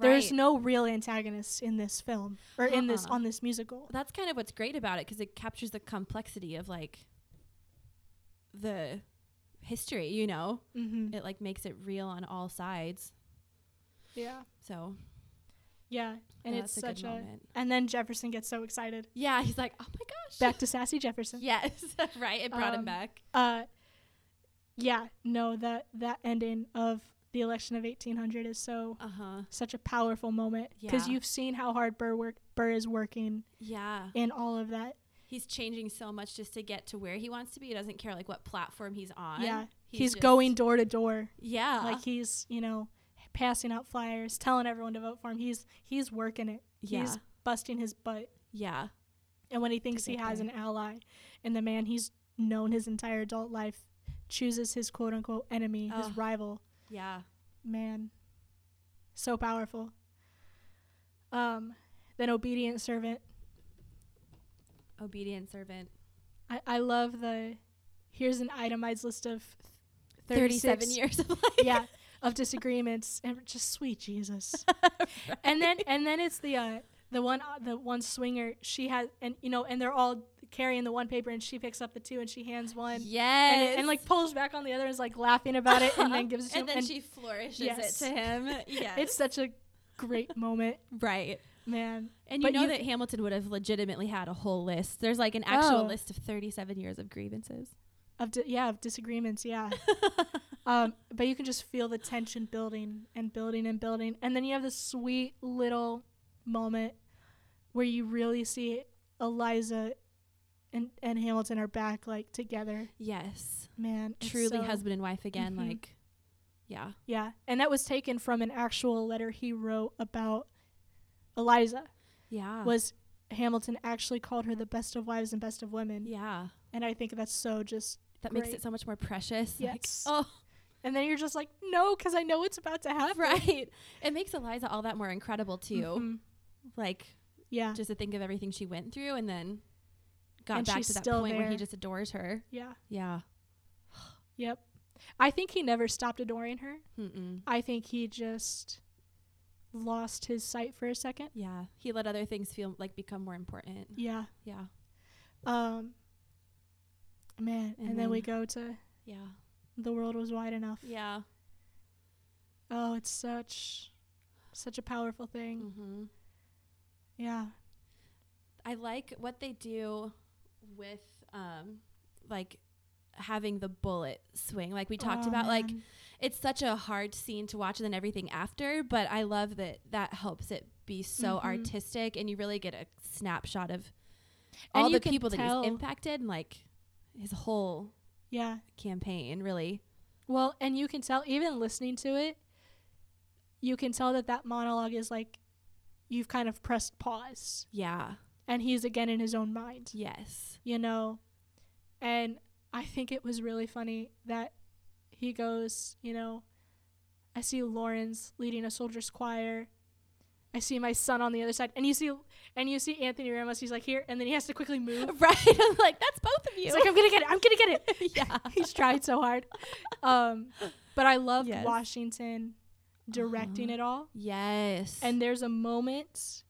Speaker 1: There's
Speaker 2: Right.
Speaker 1: no real antagonist in this film or in this
Speaker 2: Uh-uh.
Speaker 1: on this musical.
Speaker 2: that's kind of what's great about it because it captures the complexity of like the history you know
Speaker 1: Mm-hmm.
Speaker 2: it like makes it real on all sides
Speaker 1: Yeah,
Speaker 2: so
Speaker 1: yeah, and
Speaker 2: yeah, that's
Speaker 1: it's such
Speaker 2: a good
Speaker 1: a.
Speaker 2: moment
Speaker 1: And then Jefferson gets so excited.
Speaker 2: yeah he's like oh my gosh
Speaker 1: Back to sassy Jefferson.
Speaker 2: yes right it brought
Speaker 1: Um,
Speaker 2: him back
Speaker 1: Uh, yeah, no, that that ending of the election of 1800 is so
Speaker 2: uh-huh
Speaker 1: such a powerful moment because
Speaker 2: Yeah.
Speaker 1: you've seen how hard Burr work Burr is working
Speaker 2: yeah
Speaker 1: in all of that.
Speaker 2: he's changing so much just to get to where he wants to be he doesn't care like what platform he's on
Speaker 1: yeah, he's,
Speaker 2: just- Uh-huh.
Speaker 1: going door to door.
Speaker 2: yeah
Speaker 1: like he's you know passing out flyers telling everyone to vote for him he's he's working it
Speaker 2: yeah
Speaker 1: he's busting his butt
Speaker 2: yeah
Speaker 1: and when he thinks he
Speaker 2: get
Speaker 1: has
Speaker 2: there.
Speaker 1: an ally and the man he's known his entire adult life chooses his quote unquote enemy his
Speaker 2: Ugh.
Speaker 1: rival
Speaker 2: yeah
Speaker 1: man so powerful um then obedient servant
Speaker 2: obedient servant
Speaker 1: i i love the here's an itemized list of
Speaker 2: 37
Speaker 1: 36
Speaker 2: years of life
Speaker 1: yeah of disagreements and just sweet jesus and then and then it's the uh the one uh, the one swinger she has and you know and they're all carrying the one paper and she picks up the two and she hands one
Speaker 2: yes
Speaker 1: and, and like pulls back on the other and is like laughing about it and then gives it to
Speaker 2: and
Speaker 1: him
Speaker 2: then
Speaker 1: and
Speaker 2: she flourishes
Speaker 1: Yes.
Speaker 2: it to him. Yeah,
Speaker 1: it's such a great moment
Speaker 2: right.
Speaker 1: man
Speaker 2: And you
Speaker 1: But
Speaker 2: know
Speaker 1: you
Speaker 2: that Hamilton would have legitimately had a whole list. There's like an actual
Speaker 1: Oh.
Speaker 2: list of 37 years of grievances.
Speaker 1: of di- yeah of disagreements yeah um but you can just feel the tension building and building and building and then you have this sweet little moment where you really see eliza and and hamilton are back like together
Speaker 2: Yes,
Speaker 1: man it's
Speaker 2: truly
Speaker 1: so-
Speaker 2: husband and wife again.
Speaker 1: Mhm.
Speaker 2: Like, yeah,
Speaker 1: Yeah, and that was taken from an actual letter he wrote about Eliza.
Speaker 2: yeah,
Speaker 1: Was Hamilton actually called her the best of wives and best of women?
Speaker 2: yeah.
Speaker 1: And I think that's so just.
Speaker 2: That makes
Speaker 1: Great.
Speaker 2: it so much more precious.
Speaker 1: Yes.
Speaker 2: Like,
Speaker 1: And then you're just like, no, because I know it's about to
Speaker 2: oh,
Speaker 1: happen.
Speaker 2: right. It makes Eliza all that more incredible too.
Speaker 1: Mhm.
Speaker 2: like
Speaker 1: Yeah.
Speaker 2: just to think of everything she went through and then got
Speaker 1: And
Speaker 2: back
Speaker 1: she's
Speaker 2: to that
Speaker 1: still
Speaker 2: point where he
Speaker 1: there.
Speaker 2: just adores her.
Speaker 1: Yeah.
Speaker 2: Yeah.
Speaker 1: Yep. I think he never stopped adoring her.
Speaker 2: Mm-mm.
Speaker 1: I think he just lost his sight for a second.
Speaker 2: Yeah. He let other things feel like become more important.
Speaker 1: Yeah.
Speaker 2: Yeah.
Speaker 1: Um man, and,
Speaker 2: And
Speaker 1: then we
Speaker 2: then-
Speaker 1: go to
Speaker 2: Yeah.
Speaker 1: The World Was Wide Enough.
Speaker 2: Yeah.
Speaker 1: Oh, it's such such a powerful thing.
Speaker 2: Mm-hmm.
Speaker 1: Yeah.
Speaker 2: I like what they do with um like having the bullet swing. Like we talked
Speaker 1: Oh,
Speaker 2: about like
Speaker 1: man.
Speaker 2: it's such a hard scene to watch and then everything after, but I love that that helps it be so
Speaker 1: Mhm.
Speaker 2: artistic and you really get a snapshot of
Speaker 1: And
Speaker 2: all
Speaker 1: you
Speaker 2: the
Speaker 1: can
Speaker 2: people that
Speaker 1: tell-
Speaker 2: he's impacted and like his whole
Speaker 1: Yeah.
Speaker 2: campaign really.
Speaker 1: Well, and you can tell even listening to it, you can tell that that monologue is like you've kind of pressed pause
Speaker 2: Yeah.
Speaker 1: and he's again in his own mind.
Speaker 2: Yes.
Speaker 1: you know. And I think it was really funny that he goes, you know, I see Lawrence leading a soldier's choir. I see my son on the other side, and you see, and you see Anthony Ramos. He's like here, and then he has to quickly move.
Speaker 2: Right. I'm like, that's both of you.
Speaker 1: He's like, I'm gonna get it. I'm gonna get it.
Speaker 2: yeah.
Speaker 1: he's tried so hard. Um, but I love
Speaker 2: Yes.
Speaker 1: Washington directing
Speaker 2: Uh-huh.
Speaker 1: it all.
Speaker 2: Yes.
Speaker 1: And there's a moment.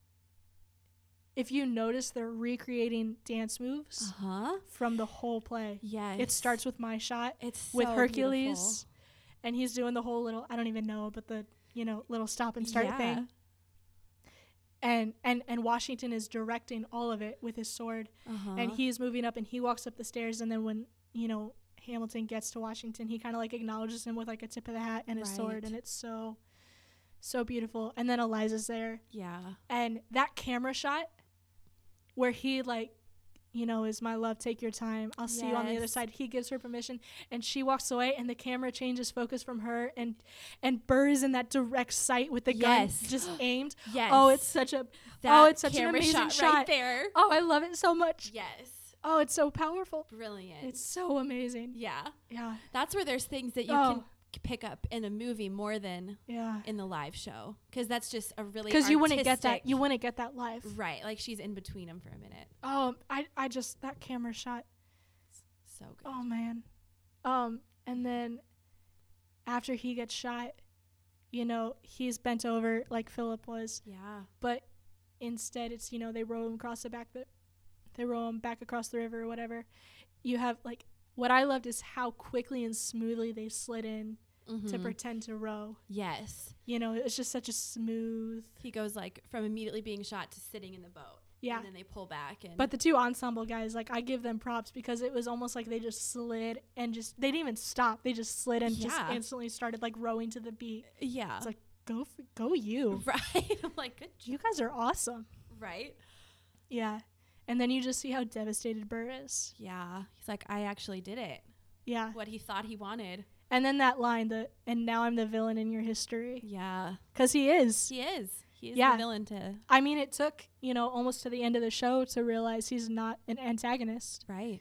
Speaker 1: If you notice, they're recreating dance moves
Speaker 2: uh-huh.
Speaker 1: from the whole play.
Speaker 2: Yes.
Speaker 1: It starts with my shot
Speaker 2: it's
Speaker 1: with
Speaker 2: so
Speaker 1: Hercules,
Speaker 2: beautiful.
Speaker 1: and he's doing the whole little I don't even know, but the you know little stop and start
Speaker 2: Yeah.
Speaker 1: thing. And and and Washington is directing all of it with his sword,
Speaker 2: Uh-huh.
Speaker 1: and he's moving up, and he walks up the stairs, and then when you know Hamilton gets to Washington, he kind of like acknowledges him with like a tip of the hat and his sword,
Speaker 2: Right.
Speaker 1: and it's so so beautiful. And then Eliza's there,
Speaker 2: yeah.
Speaker 1: and that camera shot where he like you know is my love take your time i'll see you on the other
Speaker 2: Yes.
Speaker 1: side he gives her permission and she walks away and the camera changes focus from her and and burr is in that direct sight with the
Speaker 2: Yes.
Speaker 1: gun just aimed
Speaker 2: Yes.
Speaker 1: oh it's such a
Speaker 2: that
Speaker 1: it's such an
Speaker 2: camera
Speaker 1: amazing shot.
Speaker 2: right there.
Speaker 1: oh i love it so much
Speaker 2: Yes.
Speaker 1: oh it's so powerful
Speaker 2: Brilliant.
Speaker 1: it's so amazing
Speaker 2: yeah.
Speaker 1: yeah
Speaker 2: That's where there's things that you can
Speaker 1: oh
Speaker 2: c- pick up in a movie more than
Speaker 1: yeah
Speaker 2: in the live show because that's just a really
Speaker 1: because you wouldn't get that
Speaker 2: artistic-
Speaker 1: you wouldn't get that live
Speaker 2: right like she's in between them for a minute
Speaker 1: oh i i just that camera shot
Speaker 2: so good
Speaker 1: Oh man. Um, and then after he gets shot, you know, he's bent over like Philip was,
Speaker 2: yeah
Speaker 1: but instead it's, you know, they row him across the back the they row him back across the river or whatever. You have like what I loved is how quickly and smoothly they slid in to
Speaker 2: Mhm.
Speaker 1: pretend to row.
Speaker 2: yes
Speaker 1: You know, it was just such a smooth
Speaker 2: he goes like from immediately being shot to sitting in the boat
Speaker 1: Yeah.
Speaker 2: and then they pull back and
Speaker 1: But the two ensemble guys, like I give them props because it was almost like they just slid and just they didn't even stop. They just slid and just
Speaker 2: Yeah.
Speaker 1: instantly started like rowing to the beat.
Speaker 2: yeah
Speaker 1: It's like go f go you.
Speaker 2: right i'm like good
Speaker 1: You guys are awesome.
Speaker 2: right
Speaker 1: Yeah. And then you just see how devastated Burr is.
Speaker 2: yeah he's like i actually did it
Speaker 1: Yeah.
Speaker 2: Uh. what he thought he wanted
Speaker 1: And then that line the and now I'm the villain in your history
Speaker 2: yeah
Speaker 1: cuz he is.
Speaker 2: he is he is
Speaker 1: Yeah.
Speaker 2: the villain to
Speaker 1: I mean, it took, you know, almost to the end of the show to realize he's not an antagonist,
Speaker 2: right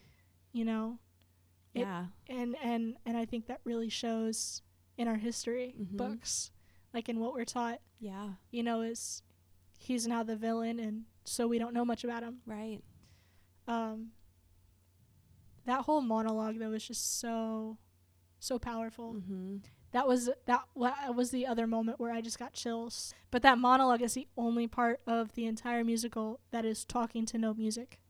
Speaker 1: you know. It-
Speaker 2: yeah
Speaker 1: and and and I think that really shows in our history
Speaker 2: Mhm.
Speaker 1: books, like in what we're taught.
Speaker 2: yeah
Speaker 1: You know, is he's now the villain, and so we don't know much about him.
Speaker 2: right
Speaker 1: Um, that whole monologue though was just so, so powerful.
Speaker 2: mm-hmm.
Speaker 1: That was that wa- was the other moment where I just got chills. But that monologue is the only part of the entire musical that is talking to no music.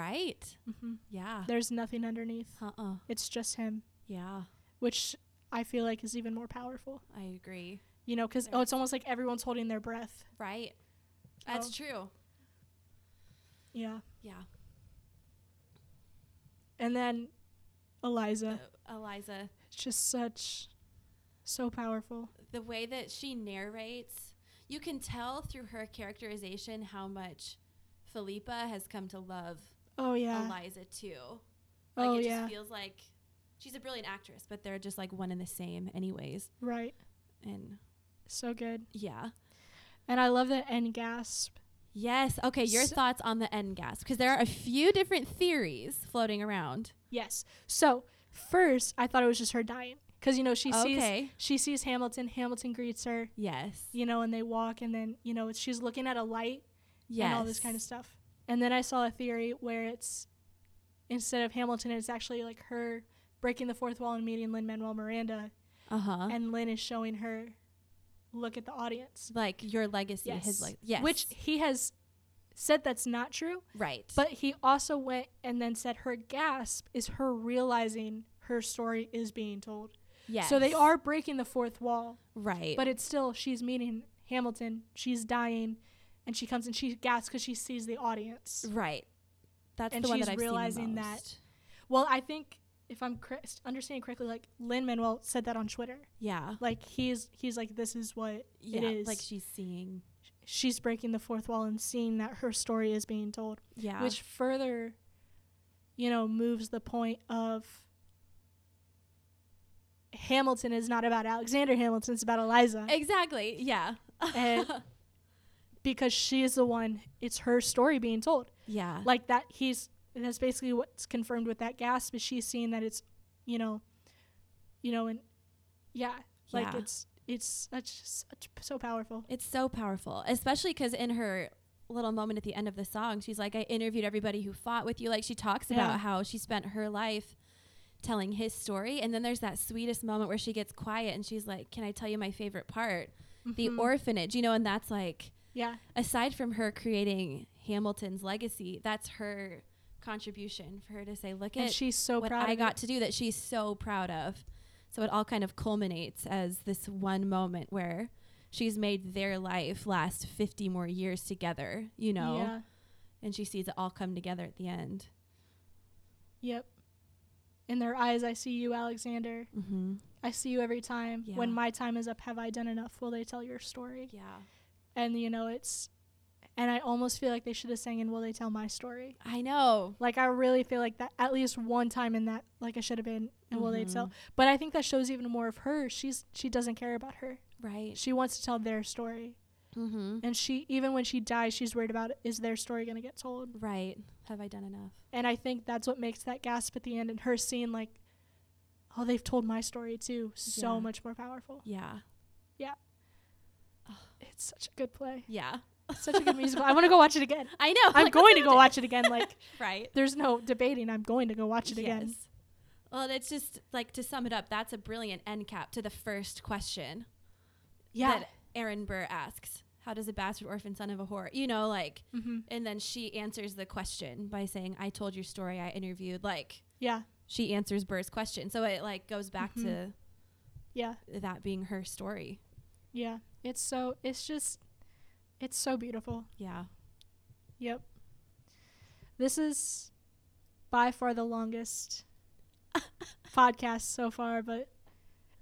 Speaker 2: right
Speaker 1: hmm
Speaker 2: yeah
Speaker 1: There's nothing underneath.
Speaker 2: uh-uh
Speaker 1: It's just him,
Speaker 2: yeah
Speaker 1: which I feel like is even more powerful.
Speaker 2: i agree
Speaker 1: You know, because
Speaker 2: There
Speaker 1: oh,
Speaker 2: is-
Speaker 1: it's almost like everyone's holding their breath.
Speaker 2: right that's
Speaker 1: Oh.
Speaker 2: true
Speaker 1: Yeah.
Speaker 2: yeah
Speaker 1: And then Eliza,
Speaker 2: Uh, eliza
Speaker 1: it's just such, so powerful.
Speaker 2: the way that she narrates, you can tell through her characterization how much Philippa has come to love
Speaker 1: Oh yeah.
Speaker 2: Eliza too. Like
Speaker 1: Oh
Speaker 2: it just
Speaker 1: yeah.
Speaker 2: feels like she's a brilliant actress, but they're just like one and the same anyways.
Speaker 1: Right.
Speaker 2: And
Speaker 1: So good.
Speaker 2: yeah.
Speaker 1: And I love the end gasp.
Speaker 2: Yes. Okay, your
Speaker 1: So-
Speaker 2: thoughts on the end gasp because there are a few different theories floating around.
Speaker 1: Yes. So first, I thought it was just her dying because you know she sees
Speaker 2: okay.
Speaker 1: she sees Hamilton. Hamilton greets her,
Speaker 2: Yes.
Speaker 1: you know, and they walk, and then you know it's, she's looking at a light
Speaker 2: Yes.
Speaker 1: and all this kind of stuff. And then I saw a theory where it's instead of Hamilton, it's actually like her breaking the fourth wall and meeting Lin Manuel Miranda,
Speaker 2: Uh huh.
Speaker 1: and Lin is showing her look at the audience,
Speaker 2: Like your legacy,
Speaker 1: Yes.
Speaker 2: his like yes,
Speaker 1: which he has said that's not true,
Speaker 2: right,
Speaker 1: but he also went and then said her gasp is her realizing her story is being told.
Speaker 2: yes.
Speaker 1: So they are breaking the fourth wall,
Speaker 2: right,
Speaker 1: but it's still she's meeting Hamilton, she's dying, and she comes and she gasps because she sees the audience.
Speaker 2: right. That's
Speaker 1: and
Speaker 2: the one
Speaker 1: she's
Speaker 2: that I've
Speaker 1: realizing
Speaker 2: seen the
Speaker 1: that-
Speaker 2: most.
Speaker 1: Well, I think if I'm cor- understanding correctly, like Lin Manuel said that on Twitter.
Speaker 2: Yeah,
Speaker 1: Like he's he's like this is what
Speaker 2: yeah.
Speaker 1: is.
Speaker 2: Like she's seeing.
Speaker 1: she's breaking the fourth wall and seeing that her story is being told,
Speaker 2: Yeah,
Speaker 1: which further, you know, moves the point of. Hamilton is not about Alexander Hamilton; it's about Eliza,
Speaker 2: exactly. Yeah,
Speaker 1: and because she is the one, it's her story being told.
Speaker 2: yeah,
Speaker 1: like that he's that's basically what's confirmed with that gasp is she's seeing that it's you know you know and yeah like
Speaker 2: Yeah.
Speaker 1: it's it's such, such so powerful
Speaker 2: It's so powerful, especially because in her little moment at the end of the song, she's like, I interviewed everybody who fought with you. Like, she talks
Speaker 1: Yeah.
Speaker 2: about how she spent her life telling his story. And then there's that sweetest moment where she gets quiet and she's like, Can I tell you my favorite part? The
Speaker 1: Mhm.
Speaker 2: orphanage, you know, and that's like,
Speaker 1: yeah
Speaker 2: aside from her creating Hamilton's legacy, that's her contribution for her to say, Look
Speaker 1: and
Speaker 2: at
Speaker 1: she's so
Speaker 2: what
Speaker 1: proud
Speaker 2: I
Speaker 1: of
Speaker 2: got
Speaker 1: it.
Speaker 2: to do that she's so proud of. So it all kind of culminates as this one moment where she's made their life last 50 more years together, you know,
Speaker 1: yeah
Speaker 2: and she sees it all come together at the end.
Speaker 1: yep in their eyes i see you alexander
Speaker 2: Mm-hmm.
Speaker 1: i see you every time when
Speaker 2: Yeah.
Speaker 1: my time is up have i done enough will they tell your story
Speaker 2: Yeah.
Speaker 1: and you know it's and i almost feel like they should have sang in will they tell my story
Speaker 2: I know.
Speaker 1: Like I really feel like that at least one time in that like I should have been and will they tell.
Speaker 2: Mhm.
Speaker 1: But I think that shows even more of her. She's she doesn't care about her.
Speaker 2: Right.
Speaker 1: She wants to tell their story.
Speaker 2: Mm-hmm.
Speaker 1: And she even when she dies, she's worried about is their story gonna get told.
Speaker 2: Right. Have I done enough?
Speaker 1: And I think that's what makes that gasp at the end and her seeing like, oh, they've told my story too. So
Speaker 2: Yeah.
Speaker 1: much more powerful.
Speaker 2: Yeah.
Speaker 1: It's such a good play.
Speaker 2: Yeah.
Speaker 1: It's such a good musical. I want to go watch it again.
Speaker 2: I know.
Speaker 1: I'm
Speaker 2: Like,
Speaker 1: going to
Speaker 2: let's
Speaker 1: go watch it again. Like
Speaker 2: Right.
Speaker 1: there's no debating. I'm going to go watch it again.
Speaker 2: Yes. Well, and it's just like to sum it up, that's a brilliant end cap to the first question.
Speaker 1: Yeah.
Speaker 2: that Aaron Burr asks, "How does a bastard orphan son of a whore?" You know, like,
Speaker 1: hmm
Speaker 2: and then she answers the question by saying, "I told your story. I interviewed." Like,
Speaker 1: Yeah.
Speaker 2: she answers Burr's question, so it like goes back
Speaker 1: Mhm. Yeah.
Speaker 2: to that being her story.
Speaker 1: Yeah. It's so it's just it's so beautiful.
Speaker 2: Yeah,
Speaker 1: Yep. This is by far the longest podcast so far, but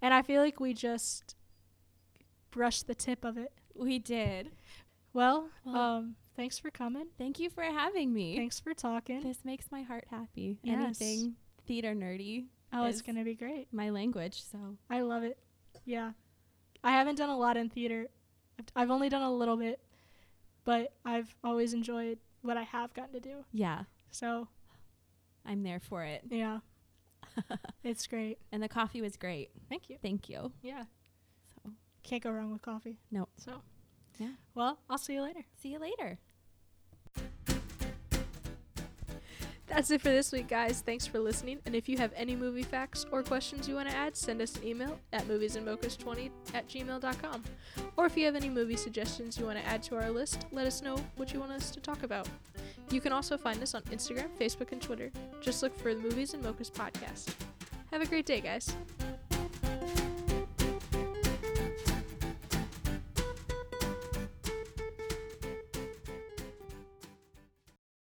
Speaker 1: and I feel like we just brushed the tip of it.
Speaker 2: we did.
Speaker 1: Well,
Speaker 2: Well-
Speaker 1: um thanks for coming.
Speaker 2: Thank you for having me.
Speaker 1: Thanks for talking.
Speaker 2: This makes my heart happy.
Speaker 1: Yes.
Speaker 2: Anything theater nerdy,
Speaker 1: oh, it's
Speaker 2: is.
Speaker 1: going to be great.
Speaker 2: my language. So
Speaker 1: I love it. Yeah. I haven't done a lot in theater. I've, I've only done a little bit, but I've always enjoyed what I have gotten to do.
Speaker 2: yeah,
Speaker 1: So,
Speaker 2: I'm there for it.
Speaker 1: yeah. It's great.
Speaker 2: and the coffee was great.
Speaker 1: Thank you.
Speaker 2: Thank you.
Speaker 1: Yeah.
Speaker 2: So
Speaker 1: Can't go wrong with coffee.
Speaker 2: Nope.
Speaker 1: So,
Speaker 2: Yeah.
Speaker 1: Well, I'll see you later.
Speaker 2: see you later.
Speaker 1: That's it for this week, guys. Thanks for listening. And if you have any movie facts or questions you want to add, send us an email at moviesandmochas20 at gmail.com. Or if you have any movie suggestions you want to add to our list, let us know what you want us to talk about. You can also find us on Instagram, Facebook, and Twitter. Just look for the Movies and Mochas podcast. Have a great day, guys.